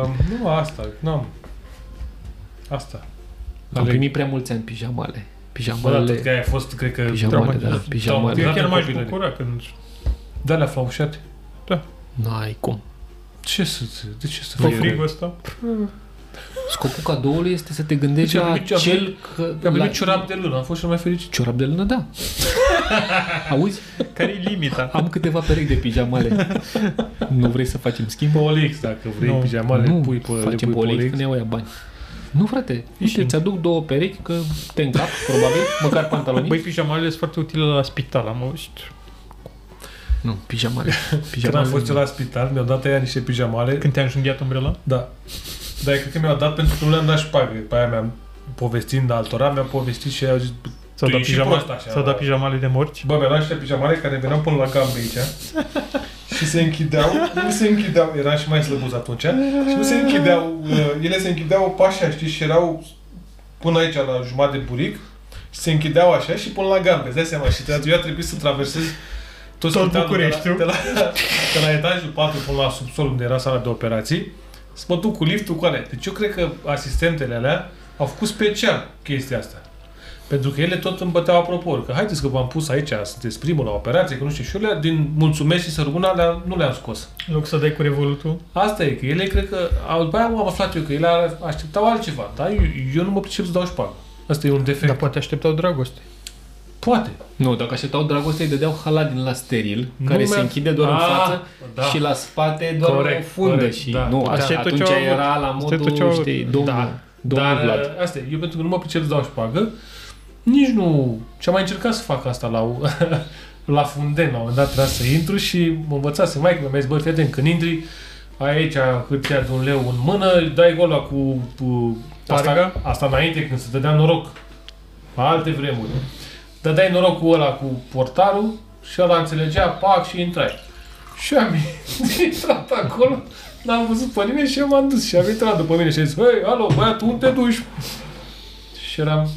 Uh, nu, asta, n-am. Asta.
Am primit prea mulți ani pijamale.
Bă, da, tot că
Pijamale.
aia a fost, cred că...
Pijamale, da,
traumatizat.
pijamale.
Eu
Traumatizat
chiar
în
m-aș
copilărie.
bucura când...
Da, le-a flaușat.
N-ai cum.
Ce să... De ce să...
Pe
fie rău?
frigul ăsta.
Scopul cadoului este să te gândești
Deci am
la
primit ciorap-
cel... Că,
Am
la
primit ciorap de lână, am fost cel mai fericit.
ciorap de lână, da. Auzi?
Care e limita?
Am câteva perechi de pijamale. nu vrei să facem schimb?
Polix, dacă vrei,
Nu.
pijamale,
nu,
le pui pe, le
facem
pui
polic,
polix.
că ne iau ea bani. Nu, frate, uite, ți-aduc două perechi, că te încap, probabil, măcar pantaloni.
Băi, pijamalele sunt foarte utile la spital, am auzit.
nu, pijamale.
Când am fost eu
nu.
la spital, mi-au dat ea niște pijamale.
Când te-ai înjunghiat umbrela?
Da. Dar cred că mi-au dat pentru că nu le-am dat șpagă. Pe aia mi-am povestind altora, mi-au povestit și ei au zis,
Sau
Tu
da
ești și
pijama,
prost așa,
sau
da.
da pijamale de morți?
bă, mi-au dat niște pijamale care veneau până la gambe aici. și se închideau, nu se închideau, eram și mai slăbuți atunci, și nu se închideau, uh, ele se închideau pe așa, știi, și erau până aici la jumătate de buric, și se închideau așa și până la gambe, îți dai seama, și te- eu a trebuit să traversez tot,
Tot
spitalul
Bucureștiul.
de la, de, la, de la etajul 4 până la subsol unde era sala de operații, să mă duc cu liftul cu alea. Deci eu cred că asistentele alea au făcut special chestia asta. Pentru că ele tot îmi băteau apropo, că haideți că v-am pus aici, sunteți primul la operație, că nu știu și eu, le- din mulțumesc și sărbuna, alea nu le-am scos.
În loc să dai cu revolutul?
Asta e, că ele cred că, au- după aia am aflat eu că ele ar- așteptau altceva, dar eu, eu nu mă pricep să dau șpagă. Asta e un defect.
Dar
Da.
poate așteptau dragoste.
Poate.
Nu, dacă așteptau dragoste, îi dădeau halat din la steril, care se
mi-a-
închide doar în
Ah,
față
da.
și la spate doar
Corect,
o fundă.
corect,
și
da.
nu,
Da.
așa,
Asta e tot
atunci
ce au
era
avut.
la
Asta e tot ce au
modul,
avut.
știi, domnul,
Da.
domnul
Dar
Vlad.
ă, asta e, eu pentru că nu mă pricep să dau șpagă, nici nu... Și am mai încercat să fac asta la, la funden, la un moment dat trebuia să intru și mă învățase mai că mi-a zis, băi, fii atent, când intri, ai aici hârtia de un leu în mână, îi dai gola cu, cu asta,
Targa?
asta înainte când se dădea noroc. Pe alte vremuri. Dădeai noroc cu ăla, cu portarul și ăla înțelegea, pac, și intrai. Și am intrat acolo, n-am văzut pe nimeni și eu m-am dus și am intrat după mine și a zis, hei, alo, băiatul, unde te duci? Și eram,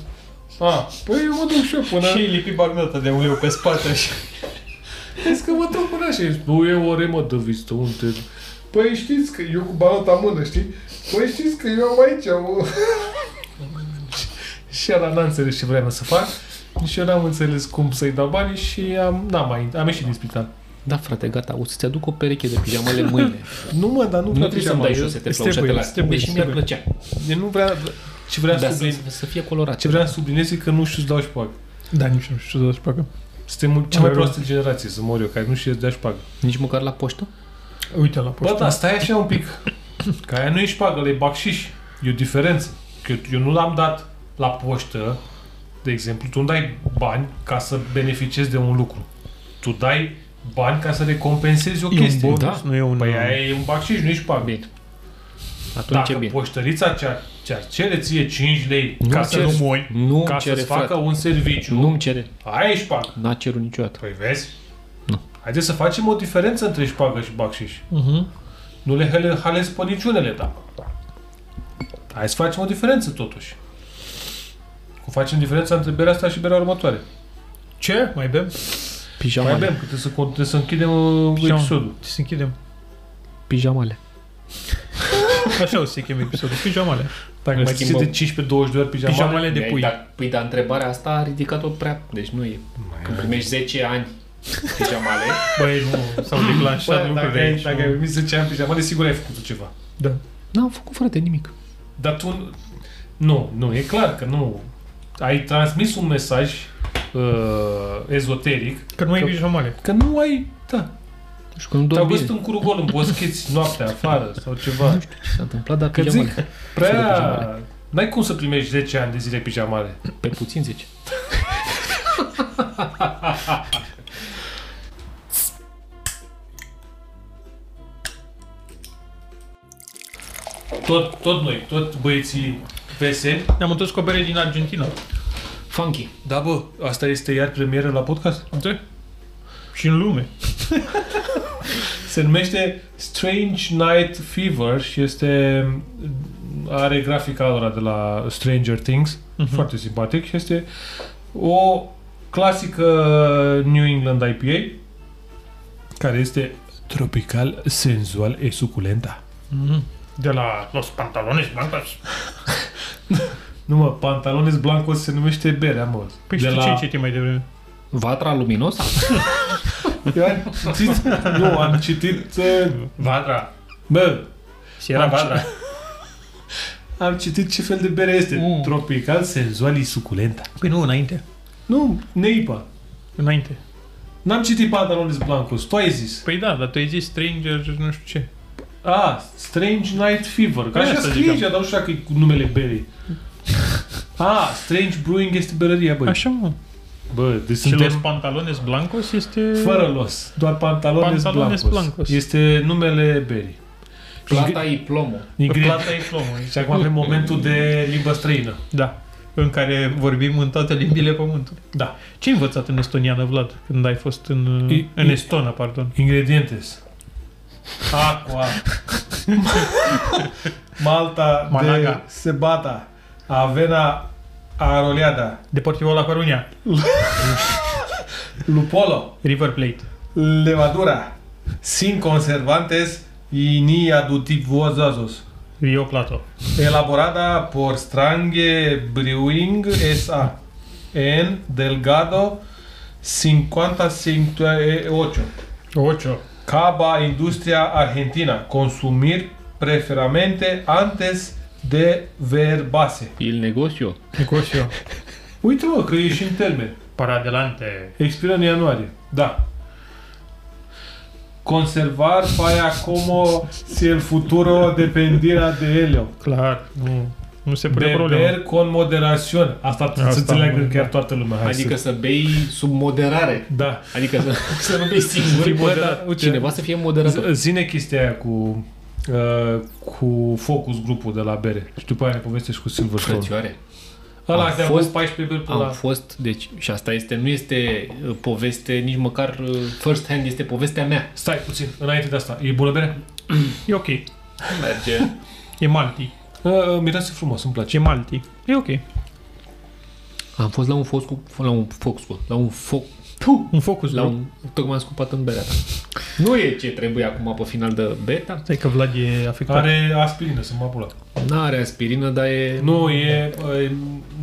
a, păi eu mă duc și eu până...
Și lipi bagnata de ulei pe spate așa.
Vezi că mă duc până așa. Zici, Bă, e o remă de vizită, unde... Păi știți că eu cu balota în mână, știi? Păi știți că eu am aici o... și ala n-a înțeles ce vreau să fac. Și eu n-am înțeles cum să-i dau banii și am, n-am mai, am ieșit din spital.
Da, frate, gata, o să-ți aduc o pereche de pijamale mâine.
Nu mă, dar nu,
nu trebuie să-mi dai
eu-
jos, să te
Îți
plac, să te
trebuie,
las.
îți trebuie,
Deși
îți
mi-ar
trebuie.
plăcea.
Eu nu vreau... Ce vreau
Dar
să
să,
subliniez,
să fie colorat.
ce vreau să subliniez e că nu știu să dau șpagă.
Da, nici nu știu să dau șpagă.
Da,
Suntem cea mai
Rău.
proastă generație, să mor eu, care nu știu să dea șpagă.
Nici măcar la poștă?
Uite la
Bă,
poștă.
dar stai așa un pic. Că aia nu e șpagă, le bacșiș. E o diferență. Că eu- eu nu l-am dat la poștă, de exemplu, tu nu dai bani ca să beneficiezi de un lucru. Tu dai bani ca să recompensezi o
E un
chestie.
bonus,
da.
nu e un...
Păi aia e un bacșiș, nu e șpagă.
Bine. Atunci e
Da. Dacă
bine.
poștărița ți-ar, ți-ar cere ție 5 lei
Nu
ca să,
cer-
nu,
moi.
Nu
ca
îmi cere,
să-ți facă
frate.
un serviciu,
Nu îmi cere.
aia e șpagă.
N-a cerut niciodată.
Păi vezi? Nu. Haideți să facem o diferență între șpagă și bacșiș.
Uh-huh.
Nu le hele- halez pe niciunele, da. Hai să facem o diferență, totuși. Cum facem diferența între berea asta și berea următoare?
Ce? Mai bem?
Mai bem,
Pijamale.
că trebuie să, con- trebuie să închidem uh,
Și am-
episodul.
Să închidem.
Pijamale.
Așa o é să chem episodul. Pijamale.
Dacă
îl
mai ții de
schimbăm.
15-20 de ori pijamale,
Pijamale de
Mi-ai
pui.
dat- Păi, dar întrebarea asta a ridicat-o prea... Deci nu e. Când primești 10 ani deci pijamale,
Băi, nu. S-au declanșat
Bă,
lucruri
dacă,
de
ai,
aici.
dacă ai primit 10 ani pijamale, sigur ai făcut tu ceva.
Da.
n-am făcut, frate, nimic.
Dar tu... Nu, nu, e clar că nu. Ai transmis un mesaj uh, ezoteric
Că nu mai
Că-
e pijamale.
că nu ai... Da,
Nu știu, că nu
te-au
dorm
găsit
bine.
un curgol în boscheți noaptea afară sau ceva.
Ce s-a întâmplat, dar
Că zic,
pijamale. Fără
prea...
pijamale.
N-ai cum să primești 10 ani de zile pijamale.
Pe puțin 10.
Tot, tot noi, tot băieții veseli.
Ne-am întors cu o bere din Argentina.
Funky.
Da, bă, asta este iar premieră la podcast.
Da. Și în lume.
Se numește Strange Night Fever și este... Are grafica ora de la Stranger Things.
Mhm.
Foarte simpatic și este o clasică New England IPA care este tropical, senzual e suculenta.
Mhm. De la Los Pantalones Blancos.
Nu mă, Pantalones Blancos se numește berea, mă.
Păi
de
știu
la...
ce ai citit mai devreme.
Vatra luminos?
Eu am citit... nu, am citit... Uh, Vadra. Bă,
Sierra
am ci-
Vadra.
am citit ce fel de bere este.
Mm.
Tropical, senzual, e suculenta.
Păi nu, înainte.
Nu, neipa.
Înainte.
N-am citit Pantalones Blancos, tu ai zis.
Păi da, dar tu ai zis Stranger, nu știu ce.
A, Strange Night Fever. Că
Aia
așa
să
scrie
ziceam.
aici, dar nu știu dacă e cu numele berei. A, Strange Brewing este berăria, băi.
Așa, mă.
Bă, deci
Și
suntem
Los Pantalones Blancos este...
fără los. Doar Pantalones,
Pantalones
Blancos.
Blancos.
Este numele berii.
Plata e plomul.
În gre-
Plata e é? plomul.
Și acum avem momentul de limbă străină.
Da. În care vorbim în toate limbile pământului.
Da.
Ce ai învățat în estoniană, Vlad, când ai fost în,
I-
în
i-
Estona, pardon?
Ingredientes. Aqua. Malta
Malaga.
de cebata. Avena aroleada.
Deportivo La Coruña,
Lupolo.
River Plate.
Levadura. Sin conservantes y ni aditivos.
Rio Plato.
Elaborada por Strange Brewing S.A. En Delgado 58.
Ocho.
Caba industria argentina. Consumir preferamente antes de verbase.
Il negociu.
Nicosio.
Uite mă, că e și în termen.
Para adelante.
Expiră în ianuarie. Da. Conservar para como si el futuro dependiera de ello.
Clar. Nu, nu se pune problemă.
Beber con moderación. Asta trebuie să
Asta,
înțeleagă
mă,
chiar
da.
toată lumea. Hai
Adică
să...
să bei sub moderare.
Da.
Adică să, să nu bei
Fii
singur.
moderat.
Bă, dar
Uite.
Cineva să fie moderator.
Z- Zine chestia aia cu, uh, cu focus grupul de la bere. Și după aia ne povestești cu Silverstone.
Frățioare.
Ăla
Am
care a
fost-
fost 14 beri până
Am
la...
fost, deci, și asta este, nu este uh, poveste, nici măcar uh, first hand, este povestea mea.
Stai puțin, înainte de asta. E bună bere?
E ok.
Merge.
E malti.
Uh, miroase frumos, îmi place.
E malti. E ok.
Am fost la un foc cu, la un foc cu, la un foc,
Un focus
la
la un...
un, tocmai am scupat în berea ta. Nu e ce trebuie acum pe final de beta.
Stai că Vlad e afectat.
Are aspirină, să mă apula.
N-are aspirină, dar e...
Nu, e, e...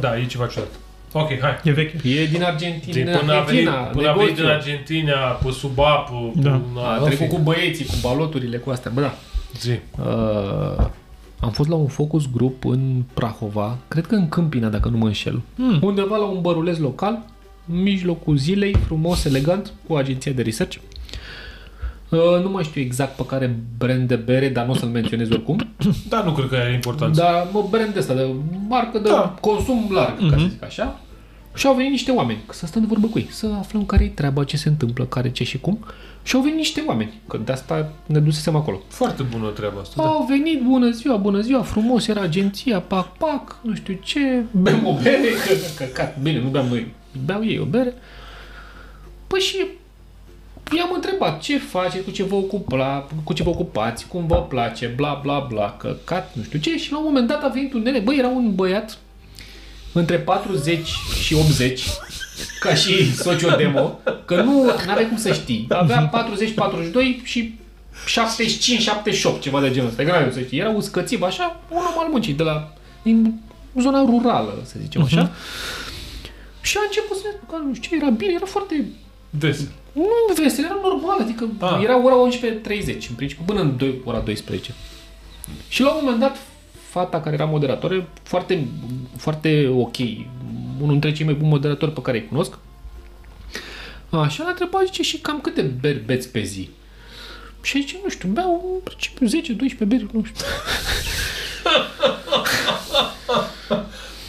Da, e ceva ciudat. Ok, hai.
E veche.
E din Argentina,
Din,
din
Deci până a venit, până
Argentina,
a venit din
negociu.
Argentina, pe sub apă,
Da.
până-
A,
în
trecut
fine.
cu băieții, cu baloturile, cu astea, bă, da.
Zi.
Uh, am fost la un focus grup în Prahova, cred că în Câmpina, dacă nu mă înșel.
Mm.
Undeva la un băruleț local, în mijlocul zilei, frumos, elegant, cu agenția de research. Uh, nu mai știu exact pe care brand de bere, dar nu o să-l menționez oricum.
Da, nu cred că are importanță.
Dar mă, brand ăsta, de marcă de
Da.
da. consum larg, mm-hmm. ca să zic așa. Și au venit niște oameni, că să stăm de vorbă cu ei, să aflăm care e treaba, ce se întâmplă, care, ce și cum. Și au venit niște oameni, că de asta ne dusesem acolo.
Foarte bună treaba asta. Da.
Au venit, bună ziua, bună ziua, frumos, era agenția, pac, pac, nu știu ce, bem o bere, că, căcat, bine, nu beam noi, beau ei o bere. Păi și i-am întrebat ce faceți, cu ce vă, ocupa, cu ce vă ocupați, cum vă place, bla, bla, bla, căcat, nu știu ce. Și la un moment dat a venit un nene, băi, era un băiat între 40 și 80, ca și sociodemo, că nu aveai cum să știi. Avea 40-42 și 75-78, ceva de genul ăsta. Că n-aveai cum să știi. Era uscățiv, așa, un om al muncii, de la, din zona rurală, să zicem așa. Și a început să că nu știu ce, era bine, era foarte
Des.
nu, vesel, era normal, adică
Ah.
da. era ora 11.30 în principiu, până în 2, ora 12. Și la un moment dat, fata care era moderatoare, foarte, foarte ok, unul dintre cei mai buni moderatori pe care îi cunosc, așa l-a întrebat, zice, și cam câte beri beți pe zi? Și zice, nu știu, beau în principiu 10-12 beri, nu știu.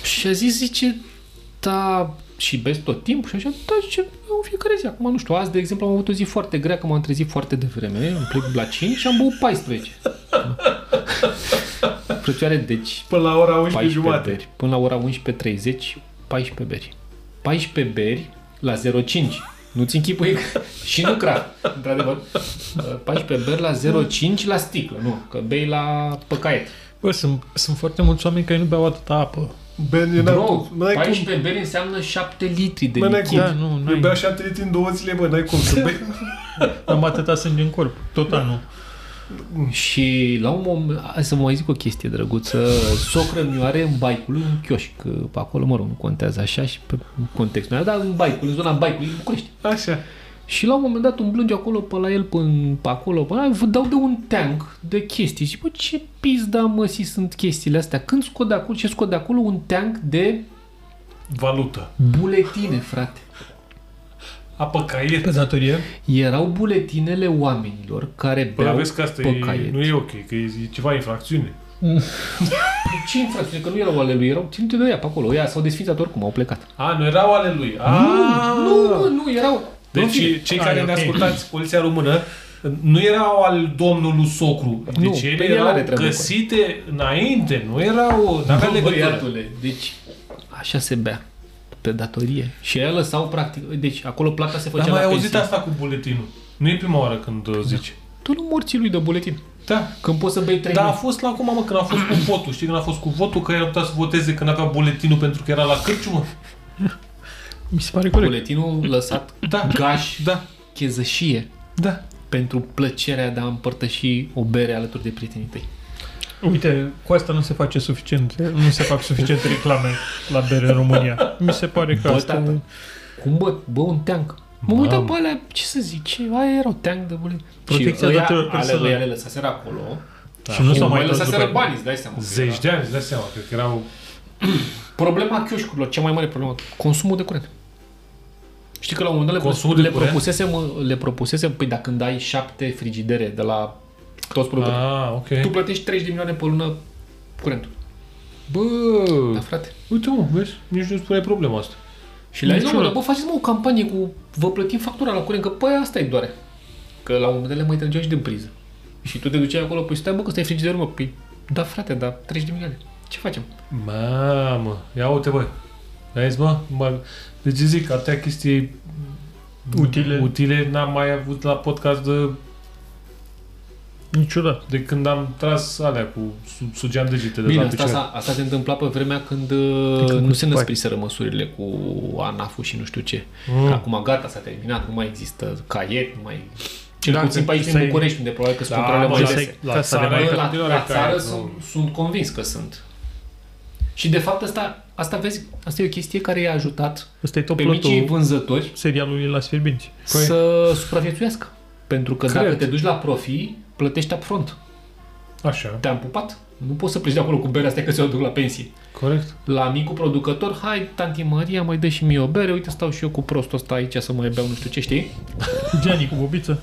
și a zis, zice, da, și bezi tot timpul și așa, da, zice, eu în fiecare zi. Acum, nu știu, azi, de exemplu, am avut o zi foarte grea, că m-am trezit foarte devreme, am plecat la 5 și am băut 14. Frățioare, deci
Până la ora 11
14
jumate.
beri. Până la ora 11.30, 14 beri. 14 beri la 0,5. Nu-ți închipui că- și nu craft, într-adevăr. 14 beri la 0,5 la sticlă, nu, că bei la păcaiet.
Bă, sunt, sunt foarte mulți oameni care nu beau atâta apă.
Ben, eu
Bro,
n-ai- n-ai cum.
14 beri înseamnă 7 litri de
Bă, n-ai
lichid.
cum.
Da, nu, n-ai.
Eu beau șapte litri în două zile, bă, n-ai cum să bei.
Am atâta sânge în corp. Tot anul.
Și la un moment, hai să vă mai zic o chestie drăguță, socră mi are în baicul un chioșc, că pe acolo, mă rog, nu contează așa și pe contextul meu, dar în baicul, în zona baicului, în București.
Așa.
Și la un moment dat umblând eu acolo pe la el, până pe acolo, pe la, vă dau de un teanc de chestii. Și bă, ce pizda mă si sunt chestiile astea? Când scot de acolo, ce scot de acolo? Un teanc de
Valută.
buletine, frate.
Apă caiet.
Pe datorie?
Erau buletinele oamenilor care
Păi
beau
vezi că asta
pe
e,
caiet.
nu e ok, că e, e ceva infracțiune.
Ce infracțiune? Că nu erau ale lui, erau ținute de ea pe acolo. Ea s-au desfințat oricum, au plecat.
A, nu erau ale lui. A,
Nu, mă, nu, erau... în fine.
Deci cei
Ah,
care
e
ne
ok.
ascultați Poliția Română nu erau al domnului Socru. Deci
Nu,
ele
pe Păi el are
erau
treabă cu
găsite înainte, nu erau... Nu avea
Bă,
legătură.
băiatule, deci așa se bea pe datorie. Și aia lăsau practic, deci acolo plata se făcea
Dar mai
la
auzit
pensie.
asta cu buletinul. Nu e prima oară când uh, o zici.
Tu nu morții lui de buletin.
Da.
Când poți să bei trei
Dar a
da.
fost la acum, mă, când a fost cu votul. Știi când a fost cu votul? Că el putea să voteze când avea buletinul pentru că era la cârciumă.
Mi se pare corect.
buletinul lăsat
Da.
gaș,
Da.
chezășie
Da.
pentru plăcerea de a împărtăși o bere alături de prietenii tăi.
Uite, cu asta nu se face suficient. Nu se fac suficiente reclame la bere în România. Mi se pare că
Bă,
asta...
tată. Cum bă, bă un teanc. Mă
Mamă.
uitam pe alea, ce să zic, ce, aia erau teanc de buletin.
Protecția
și ăia,
datorilor
ale lui
personale.
ale lăsaseră acolo.
Și nu s-au mai dus după
lăsaseră
el.
bani, îți dai seama.
Zeci de ani, îți dai seama. Cred că erau...
Problema chioșcurilor, cea mai mare problemă, consumul de curent. Știi că la un moment dat le,
Consumul
le,
de curent?
propusesem, le propusesem, păi dacă când ai șapte frigidere de la toți producătorii,
Ah, ok.
tu plătești 30 de milioane pe lună curentul.
Mm. Bă,
Da, frate.
uite mă, vezi, nici nu spune problema asta.
Și le-ai zis,
Niciodată.
"Nu, dar bă, faceți mă o campanie cu, vă plătim factura la curent, că păi asta e doare. Că la un moment dat le mai trăgeau și din priză. Și tu te duceai acolo, păi stai bă, că stai frigiderul, mă, păi, da frate, da, 30 de milioane. Ce facem?
Mamă, ia uite bă. Vezi mă? mă deci zic, atâtea chestii
Utile.
utile n-am mai avut la podcast de,
Niciodată.
de când am tras alea cu su- sugeam degete de
Bine,
la
asta,
picioare.
asta, asta se întâmpla pe vremea când uh,
că
nu
nu
se
faci.
năspriseră măsurile cu ANAF-ul și nu știu ce. Mm. Acum gata, s-a terminat, nu mai există caiet, nu mai... Cel
Da,
puțin pe
că
aici
să
în
ai-
București, unde probabil că sunt
Da,
controlele
mă,
mai
să ai-
dese.
La
La
țară
țară,
mai-
Bă, La,
continuare
la
ca
țară
nu.
sunt, sunt convins că sunt. Și de fapt asta, asta vezi, asta e o chestie care i-a ajutat
ăsta e top
pe micii
plotul
vânzători
serialului La Sfierbinți.
Păi-
să supraviețuiască. Pentru că dacă
Cred.
te duci la profi, plătești upfront.
Așa,
Te-am pupat. Nu poți să pleci de acolo cu berea asta că se o duc la pensie.
corect.
la micul producător, hai, tanti Maria, mai dă și mie o bere, uite, stau și eu cu prostul ăsta aici să mai beau nu știu ce, știi?
Gianni cu bobiță.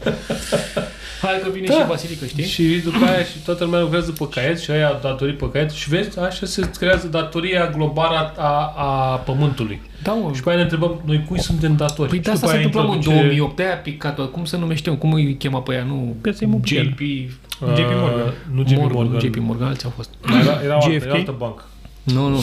Hai că vine
Da.
și Basilică, știi?
Și după aia și toată lumea lucrează pe caiet și aia datorii pe caiet și vezi, așa se creează datoria globală a, a, a pământului.
Da, mă.
Și pe aia ne întrebăm, noi cui suntem datori?
Păi de
Și
asta
după
se
aia
întâmplă mă, în
introduce-
2008, de-aia a picat cum se numește, mă, cum îi chema pe ea, nu?
Piața imobiliară.
JP,
Uh,
JP Morgan.
Nu JP Morgan.
JP Morgan, alții au fost.
Mai Era, era, o altă, era
JFK?
altă bancă.
Nu, nu.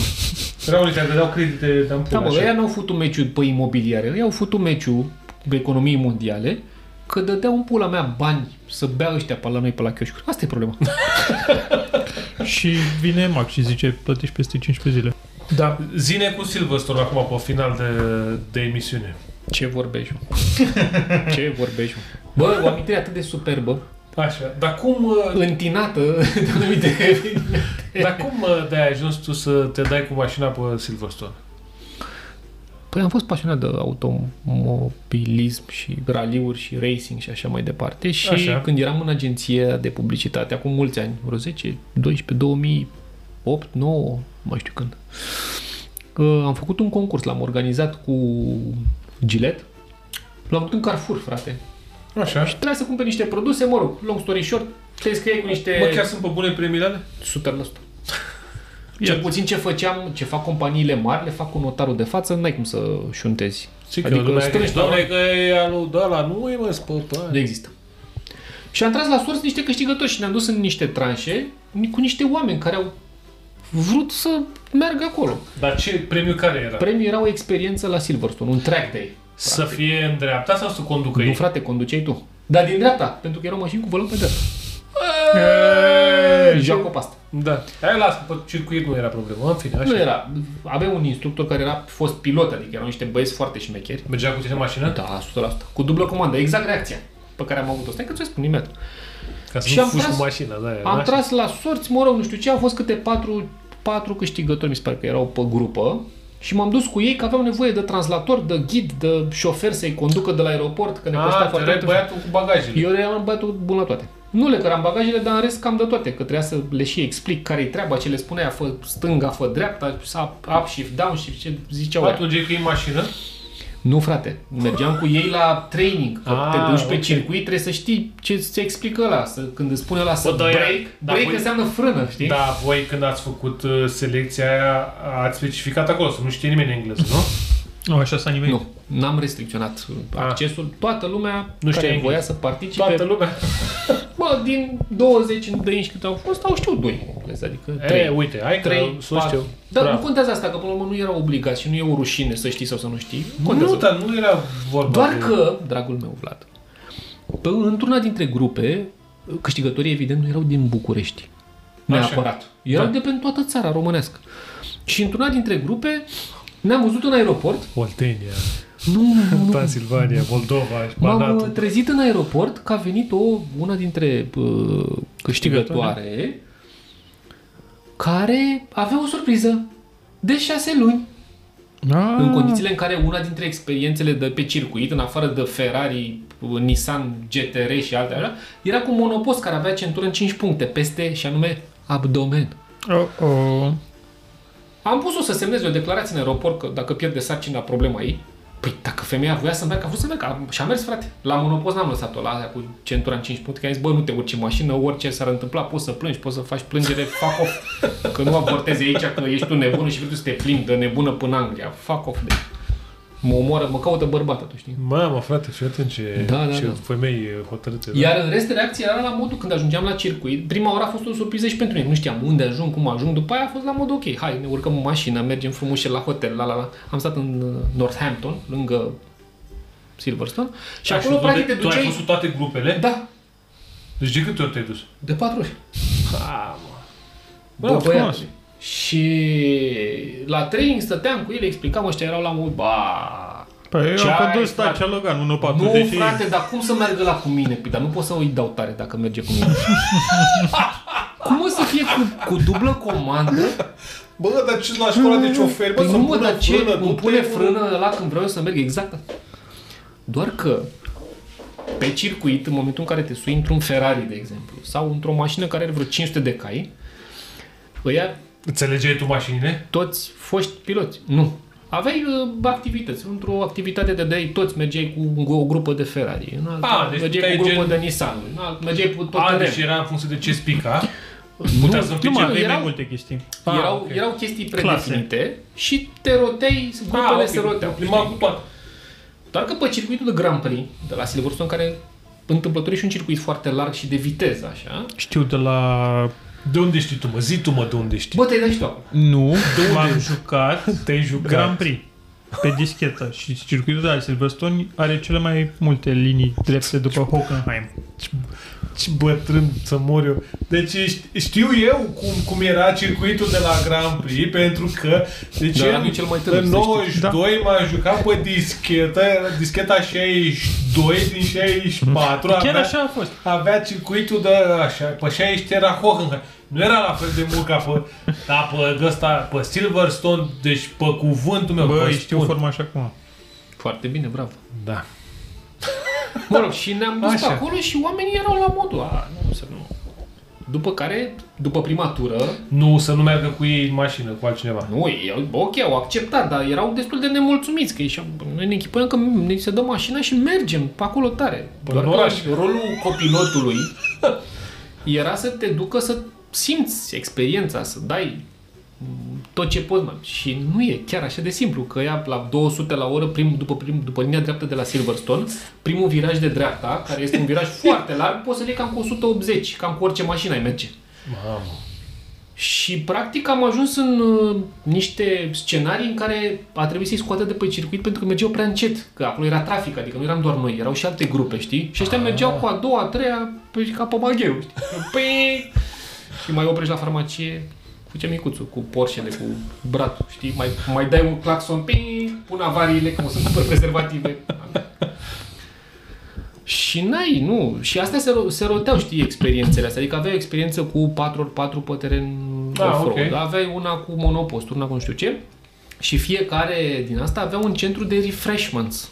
Erau unii care Păi, dădeau credite de
Da,
ampulă.
mă,
așa.
ăia n-au făcut un meciu pe imobiliare, ei au făcut un meciu pe economii mondiale, că dădeau un pula mea bani să bea ăștia pe la noi, pe la chioșcuri. Asta e problema.
Și vine Mac și zice, plătești peste 15 zile.
Da. Zine cu Silverstone acum pe final de, de emisiune.
Ce vorbești, mă? Ce vorbești, mă? Bă, o amintire atât de superbă,
Așa, dar cum, uh,
întinată de anumite...
dar cum uh, de-ai ajuns tu să te dai cu mașina pe Silverstone?
Păi am fost pasionat de automobilism și raliuri și racing și așa mai departe și
Așa.
așa. când eram în agenția de publicitate, acum mulți ani, vreo 10, 12, 2008, 9, mai știu când, uh, am făcut un concurs, l-am organizat cu Gillette, l-am făcut în Carrefour, frate.
Așa.
Trebuia să cumperi niște produse, mă rog, long story short, te înscriei cu niște...
Bă, chiar sunt pe bune premiile alea?
100%. Cel puțin ce făceam, ce fac companiile mari, le fac cu notarul de față, n-ai cum să șuntezi.
Zic
Adică
adică,
stă
că,
niște
doamne,
oameni-
că e alul de ăla, nu e mă spăpa.
Nu există. Și am tras la sorți niște câștigători și ne-am dus în niște tranșe cu niște oameni care au vrut să meargă acolo.
Dar ce premiu care era?
Premiul era o experiență la Silverstone, un track day.
Să fie în dreapta sau să conducă
Nu,
ei?
frate, conduceai tu. Dar din dreapta, pentru că erau mașini cu volan pe dreapta.
Eee,
Joacă pe asta.
Da. Aia las, pe circuit nu era problemă, în fine, așa.
Nu era. Avea un instructor care era fost pilot, adică erau niște băieți foarte șmecheri.
Mergea cu tine în mașină?
Da, 100%. Cu dublă comandă, exact reacția pe care am avut-o. Stai că ți-o spun imediat.
Ca să
Și
nu
am
fugi
tras-
cu mașina, da, era
Am
așa.
tras la sorți, mă rog, nu știu ce, au fost câte patru, patru câștigători, mi se pare că erau pe grupă. Și m-am dus cu ei că aveam nevoie de translator, de ghid, de șofer să-i conducă de la aeroport, că ne costea
A, te
foarte
erai
mult.
băiatul cu bagajele.
Eu eram băiatul bun la toate. Nu le căram bagajele, dar în rest cam de toate, că trebuia să le și explic care-i treaba, ce le spunea, fă stânga, fă dreapta, să up- upshift, downshift, ce ziceau aia.
Atunci că e în mașină,
Nu, frate. Mergeam cu ei la training. Că
Ah,
te duci pe
ok.
circuit, trebuie să știi ce se explică ăla. Să, când îți spune ăla să
dar era-
break,
da,
break
voi-
înseamnă frână, știi?
da, voi când ați făcut uh, selecția aia, ați specificat acolo, să nu știe nimeni engleză, nu?
Nu, așa s-a nimerit.
Nu, n-am restricționat accesul. Toată lumea
Ah. Nu
nu
știa
care
engleză.
voia să participe,
Toată lumea.
bă, din 20 în dăinși cât au fost, au știut 2 engleze, adică 3.
E, uite, hai că
3,
sunt
4.
știu.
Dar
Bravo.
nu contează asta, că până la urmă nu era obligat și nu e o rușine să știi sau să nu știi. Contează.
Nu, dar nu era vorba
Doar
de...
că, dragul meu Vlad, pe, într-una dintre grupe, câștigătorii evident nu erau din București. Neapărat. Erau
Da.
de pe în toată țara românească. Și într-una dintre grupe ne-am văzut în aeroport.
Oltenia,
Nu, nu, nu.
Transilvania, Moldova,
M-am uh, trezit în aeroport că a venit o, una dintre uh, câștigătoare care avea o surpriză de șase luni.
A,
În condițiile în care una dintre experiențele de pe circuit, în afară de Ferrari, Nissan GTR și altele, alea, era cu monopost care avea centură în 5 puncte peste și anume abdomen.
Oh, oh.
Am pus-o să semneze o declarație în aeroport că dacă pierde sarcina, problema ei. Păi dacă femeia voia să meargă, a vrut să meargă. Am- Și a mers, frate. La monopost n-am lăsat-o la aia cu centura în 5 puncte. Că am zis, bă, nu te urci în mașină, orice s-ar întâmpla, poți să plângi, poți să faci plângere, fac off. Că nu abortezi aici, că ești un nebun și vrei tu să te plimbi de nebună până în Anglia. Fac off de Mă omoară, mă caută bărbat atunci, știi?
Mamă, frate, fii atent ce,
Da, da,
ce
da.
femei hotărâte. da.
Iar în rest, reacția era la modul când ajungeam la circuit. Prima oară a fost o surpriză și pentru mine. Nu știam unde ajung, cum ajung. După aia a fost la mod ok. Hai, ne urcăm în mașină, mergem frumos și la hotel. La, la, la. Am stat în uh, Northampton, lângă Silverstone. Și
Da,
acolo,
tu
practic, te
Tu ai
duceai...
fost cu toate grupele?
Da,
Deci de câte ori te-ai dus?
de patru ori.
Ha, mă.
Bă,
Bă, frumos.
băiatule. Și la training stăteam cu ele, explicam, ăștia erau la mod, ba,
Păi eu
Ce
am
ai,
condus
frate?
Dacia Logan 1.4,
Nu,
deși...
frate, dar cum să meargă la cu mine? Păi, dar nu pot să îi dau tare dacă merge cu mine. cum o să fie cu, cu dublă comandă?
Bă, dar ce la școala de șoferi,
Păi nu, mă, dar ce?
nu
Îmi pune frână la când vreau eu să merg, exact. Doar că pe circuit, în momentul în care te sui într-un Ferrari, de exemplu, sau într-o mașină care are vreo 500 de cai, ăia
Înțelegeai tu mașinile?
toți foști piloți. Nu. Aveai uh, activități. Într-o activitate de dai toți mergeai cu- cu o grupă de Ferrari. În alta,
Ah, deci
mergeai
puteai
cu o grupă
gen-
de Nissan. În alt, mergeai cu tot
A,
terren.
deci era în funcție de ce spica.
Nu,
Putea să
Nu
împingi
mai aveai
erau-
mai multe chestii.
Ah,
erau,
ok.
erau chestii
Clase.
predefinite și te roteai, grupele
Ah, ok,
se roteau.
Prima
știi?
cu toate.
Doar că pe circuitul de Grand Prix, de la Silverstone, care întâmplător e și un circuit foarte larg și de viteză, așa.
Știu de la...
De unde știi tu, mă? Zi tu, mă, de unde știi.
Bă, te-ai dat și tu acolo.
Nu, m-am jucat
Te-ai jucat.
Grand Prix pe dischetă și circuitul de la Silverstone are cele mai multe linii drepte după Hockenheim.
Ce bătrân să mor eu. Deci ș- știu eu cum, cum era circuitul de la Grand Prix, pentru că deci
Dar
în-
eram cel mai tânăr,
în
să știi.
Da.
92 m-am jucat pe dischetă, discheta 62 din 64.
Chiar
avea,
așa a fost.
Avea circuitul de așa, pe 60 era Hockenheim. Nu era la fel de mult ca pe, da, pe, ăsta, pe Silverstone, deci pe cuvântul meu.
Bă,
vă
îi știu
spun.
forma așa cum.
Foarte bine, bravo.
Da.
Mă rog, și ne-am dus
Așa.
pe acolo și oamenii erau la modul. A, nu, să nu. După care, după prima tură,
Nu, să nu meargă cu ei în mașină, cu altcineva.
Nu, ei, ok, au acceptat, dar erau destul de nemulțumiți că ieșeau. Noi ne închipuiam că ne se dă mașina și mergem pe acolo tare.
Până
Doar
în
că
oraș.
rolul copilotului era să te ducă să simți experiența, să dai mm, tot ce poți, mă. Și nu e chiar așa de simplu, că ea la 200 la oră, prim, după, prim, după linia dreaptă de la Silverstone, primul viraj de dreapta, care este un viraj foarte larg, poți să-l iei cam cu 180, cam cu orice mașină ai merge.
Mamă.
Și practic am ajuns în uh, niște scenarii în care a trebuit să-i scoată de pe circuit pentru că mergeau prea încet, că acolo era trafic, adică nu eram doar noi, erau și alte grupe, știi? Și ăștia mergeau cu a doua, a treia, pe, ca pe magheu, știi? Păi... Și mai oprești la farmacie cu ce micuțul, cu Porschele, cu bratul, știi? Mai, mai dai un claxon, ping, pun avariile, cum o să cumpăr prezervative. Și n-ai, nu. Și astea se, ro- se roteau, știi, experiențele astea. Adică aveai o experiență cu 4x4 pe teren
Ah,
off-road.
ok.
Aveai una cu monopost, una cu nu știu ce. Și fiecare din asta avea un centru de refreshments,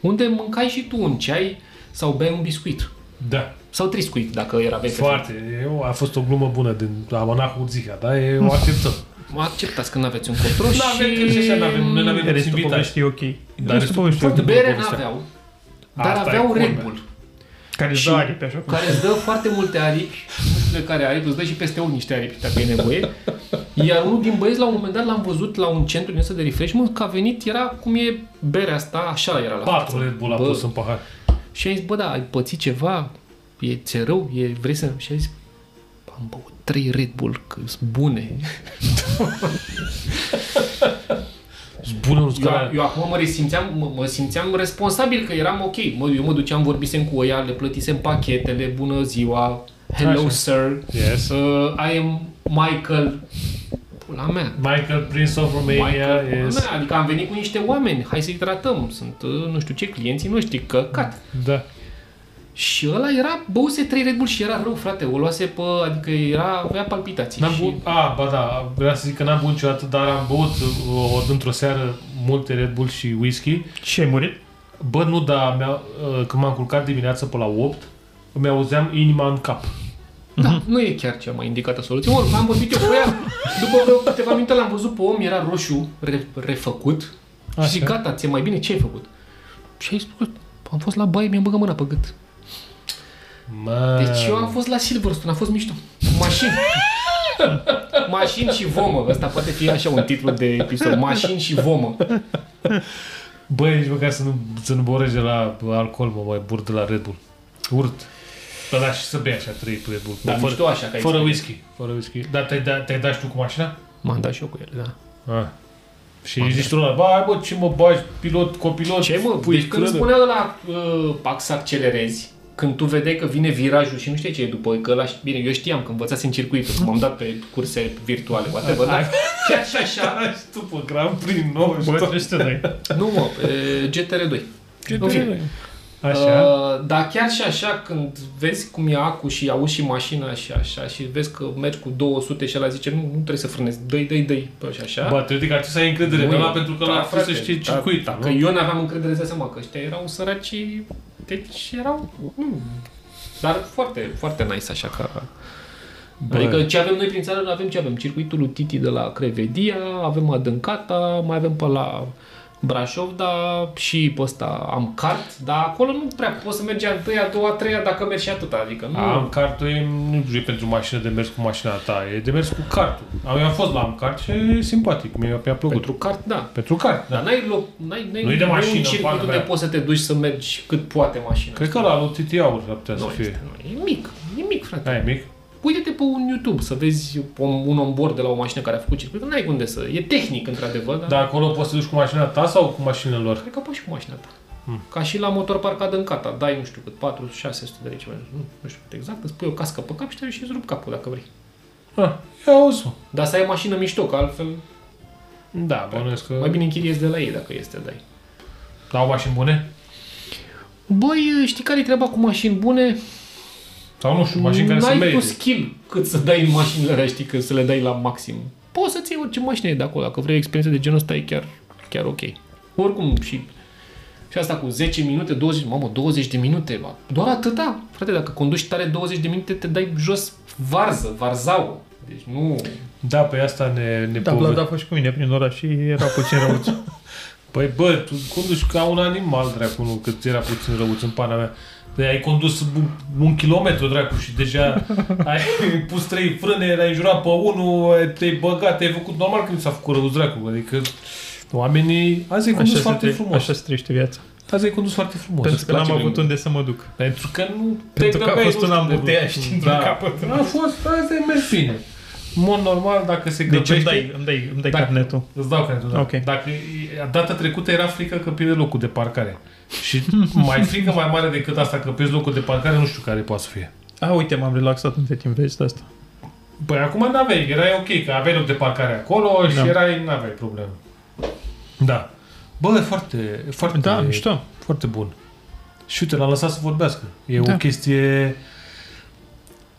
unde mâncai și tu un ceai sau beai un biscuit.
Da.
Sau triscuit, dacă era vechi.
Foarte. Eu, a fost o glumă bună din Amanacul Zica, da? E, o acceptăm.
Mă acceptați că n-aveți un control și...
N-avem, că și așa n-avem, noi n-avem mulți
Restul
invitați.
povestii e ok.
Dar restul
povestii e ok.
foarte bun.
Bere
povestea.
n-aveau, dar
Asta e
aveau
culmea.
Red Bull,
Care îți dă
Și-
aripi, așa cum...
care îți dă foarte multe aripi, de care aripi, îți dă și peste unii niște aripi, dacă e nevoie. Iar unul din băieți, la un moment dat, l-am văzut la un centru din ăsta de refreshment, că a venit, era cum e berea asta, așa era la
Patru Red Bull a
Bă.
pus în pahar.
Și ai zis, bă, da, ai pățit ceva? E ți rău? E, vrei să... Și ai zis, am băut trei Red Bull, că sunt bune.
Zbună un
Eu,
scalar.
eu acum mă resimțeam, mă, mă simțeam responsabil că eram ok. Mă, eu mă duceam, vorbisem cu ea, le plătisem pachetele, bună ziua, hello
Așa.
Așa. sir,
Yes.
uh, I am Michael. Pula mea.
Michael Prince of Romania
Michael, pula
is...
mea. Adică am venit cu niște oameni, hai să-i tratăm. Sunt, uh, nu știu ce, clienții noștri, căcat.
Da.
Și ăla era, băuse trei Red Bull și era rău, frate, o luase pe, adică era, avea palpitații.
N-am
și...
băut, a, ba da, vreau să zic că n-am băut niciodată, dar am băut uh, o, într-o seară multe Red Bull și whisky.
Și ai murit?
Bă, nu, dar mi-a, uh, când m-am culcat dimineața pe la 8, îmi auzeam inima în cap.
Da, nu e chiar cea mai indicată soluție. Oricum, am vorbit eu cu ea. După vreo câteva minute l-am văzut pe om, era roșu, re- refăcut. Așa. Și
Așa.
zic, gata, ți-e mai bine, ce ai făcut? Și ai spus, am fost la baie, mi-am băgat mâna pe gât.
Mă,
Deci eu am fost la Silverstone, a fost mișto. Cu Mașini. Mașini și vomă. Asta poate fi așa un titlu de episod. Mașini și vomă.
Bă, nici măcar să nu, să nu borăști de la alcool, mă, mai bur de la Red Bull. Urt. Dar da, și să bei așa trei Red Bull.
Dar
Bă,
mișto așa că ai
Da, fără
zis.
whisky. Fără whisky. Dar te-ai, da, te-ai dat și tu cu mașina?
M-am dat și eu cu el, da.
Ah. Și zici tu ăla, bă, hai, bă, ce mă bagi, pilot, copilot,
Ce mă,
pui
deci când
crână.
spunea la uh, pax să accelerezi, când tu vedeai că vine virajul și nu știi ce e după, că ăla, bine, eu știam că învățasem circuitul, că m-am dat pe curse virtuale, whatever, dar chiar și așa,
Așa, și tu pe Grand Prix
Bă,
90.
trebuie să te dai.
nu mă, e, GTR2. GTR2.
Așa.
Uh, dar chiar și așa, când vezi cum e acu și auzi și mașina și așa, și vezi că mergi cu 200 și ăla zice, nu, nu trebuie să frânezi, dă-i, dă-i, dăi, și așa.
Bă, trebuie că acesta ai încredere
Nu
în
e.
ăla pentru că
Uh, Da,
ăla trebuie să
frate,
știe
da,
circuit.
Dacă eu n-aveam încredere, să seama că ăștia erau săraci, deci erau... Mm. Dar foarte, foarte nice așa ca...
Bă.
Adică ce avem noi prin țară, nu avem ce avem. Circuitul lui Titi de la Crevedia, avem Adâncata, mai avem pe la Brașov, dar și pe ăsta am cart, dar acolo nu prea poți să mergi a întâia, a doua, a treia, dacă mergi și atâta. Adică nu...
Am cartul, e, nu e pentru mașină de mers cu mașina ta, e de mers cu cartul. Am, eu am fost la am cart și e simpatic, mi-a, mi-a plăcut.
Pentru cart, da.
pentru cart, da.
Dar n-ai loc, n-ai, n-ai,
Nu e de
n-ai
mașină,
un
pana
circuit unde
mea.
poți să te duci să mergi cât poate mașina.
Cred că la lui Titi Aur ar putea să
Nu este,
fie.
nu, e mic, e mic, frate.
Da, e mic.
Uite-te pe un YouTube să vezi un, un onboard de la o mașină care a făcut circuit. N-ai unde să... E tehnic, într-adevăr, dar...
Dar acolo poți să duci cu mașina ta sau cu mașinile lor?
Cred că poți și cu mașina ta. Hmm. Ca și la motor parcat în cata. Dai, nu știu cât, 400, 600 de lei, ceva. Nu, nu știu cât exact. Îți pui o cască pe cap și te duci și îți rup capul dacă vrei.
Ah, ia auzi, mă.
Dar să ai mașină mișto, că altfel
Da, bănuiesc că...
mai bine închiriezi de la ei dacă este dai.
Da, au mașini bune?
Băi, știi care e treaba cu mașini bune?
Sau nu știu, mașini care să
N-ai tu
merite.
skill cât să dai în mașinile alea, știi, că să le dai la maxim. Poți să-ți iei orice mașină e de acolo. Dacă vrei o experiență de genul ăsta, e chiar, chiar ok. Oricum, și, și asta cu 10 minute, 20, mamă, 20 de minute, ma, doar atâta. Frate, dacă conduci tare 20 de minute, te dai jos varză, varzau. Deci nu...
Da, pe asta ne, ne
Da,
pove-
Vlad a fost și cu mine prin oraș și era puțin răuț.
Păi bă, tu conduci ca un animal, dracu, nu, cât era puțin răuț în pana mea. Păi ai condus un, un kilometru, dracu, și deja ai pus trei frâne, l-ai înjurat pe unul, ai- te-ai băgat, te-ai făcut normal că nu s-a făcut rău, dracu. Adică oamenii... Azi ai condus așa
Așa, se
foarte
tre-
frumos.
așa
Așa.
se trăiește viața.
Azi ai condus foarte frumos.
Pentru că n-am
place
avut
limba.
unde să mă duc.
Pentru că nu...
Pentru
te
că a
dădeai,
fost
nu
un
știu,
ambutea
bă,
și dintr-un
da.
capăt.
A fost, asta e mers bine. În mod normal, dacă se
Deci
grăbește...
îmi dai, îmi dai, îmi dai
Da.
carnetul.
Îți dau creditul, da.
Ok.
Dacă data trecută era frică că pierde locul de parcare. Și mai frică mai mare decât asta că pierzi locul de parcare, nu știu care poate să fie.
A, uite, m-am relaxat între timp, vezi de asta.
Păi acum n-aveai, erai ok, că aveai loc de parcare acolo și
Da.
erai, n-aveai probleme. Da. Bă, e foarte, e foarte,
Da, mișto.
foarte bun. Și uite, l-a lăsat să vorbească. E
Da.
o chestie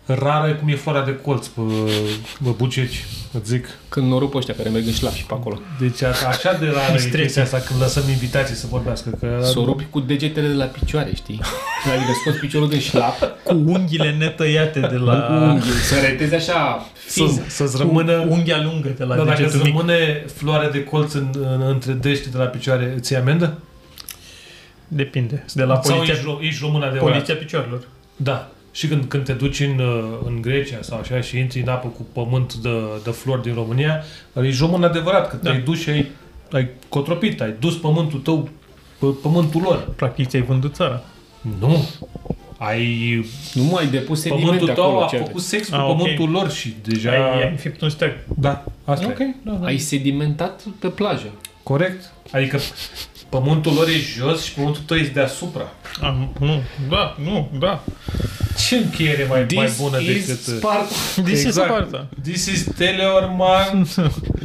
rară cum e floarea de colț pe, pe buceci, îți zic.
Când norul pe ăștia care merg în șlap și pe acolo.
Deci a- așa de rară e
Distresie.
chestia asta când lăsăm invitații să vorbească. Că
Să o rupi cu degetele de la picioare, știi? Adică scoți piciorul din șlap,
Da.
Cu unghiile netăiate de
cu
la...
unghiul, să retezi așa fin.
să, să-ți rămână...
Cu unghia lungă de la
Da, dacă
degetul
îți
mic.
rămâne floarea de colț în, în, între dește de la picioare, îți iei amendă?
Depinde. De la
Sau
poliția,
ești, ro- ești român adevărat?
poliția picioarelor.
Da. Și când, când te duci în, uh, în Grecia sau așa și intri în apă cu pământ de, de flori din România, ești român adevărat, că
Da.
te-ai dus și ai, ai cotropit, ai dus pământul tău pe pământul lor.
Practic ți-ai vândut țara.
Nu. Ai,
Nu mai depus
pământul
sedimente
tău
acolo.
a
ce aveți.
făcut sex cu
Ah, ok.
pământul lor și deja...
Ai, ai înfipt un steag.
Da, asta
E
okay. e.
Da. ok. Da, da.
Ai sedimentat pe plajă.
Corect. Adică pământul lor e jos și pământul tău este deasupra.
Am, nu, da, nu, da.
Ce încheiere mai, mai bună
is
decât...
Sparta.
This
Exact.
is Sparta.
This is Teleorman.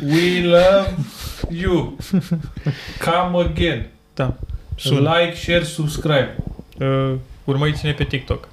We love you. Come again.
Da. Sunt.
Like, share, subscribe.
Uh, urmăriți-ne pe TikTok.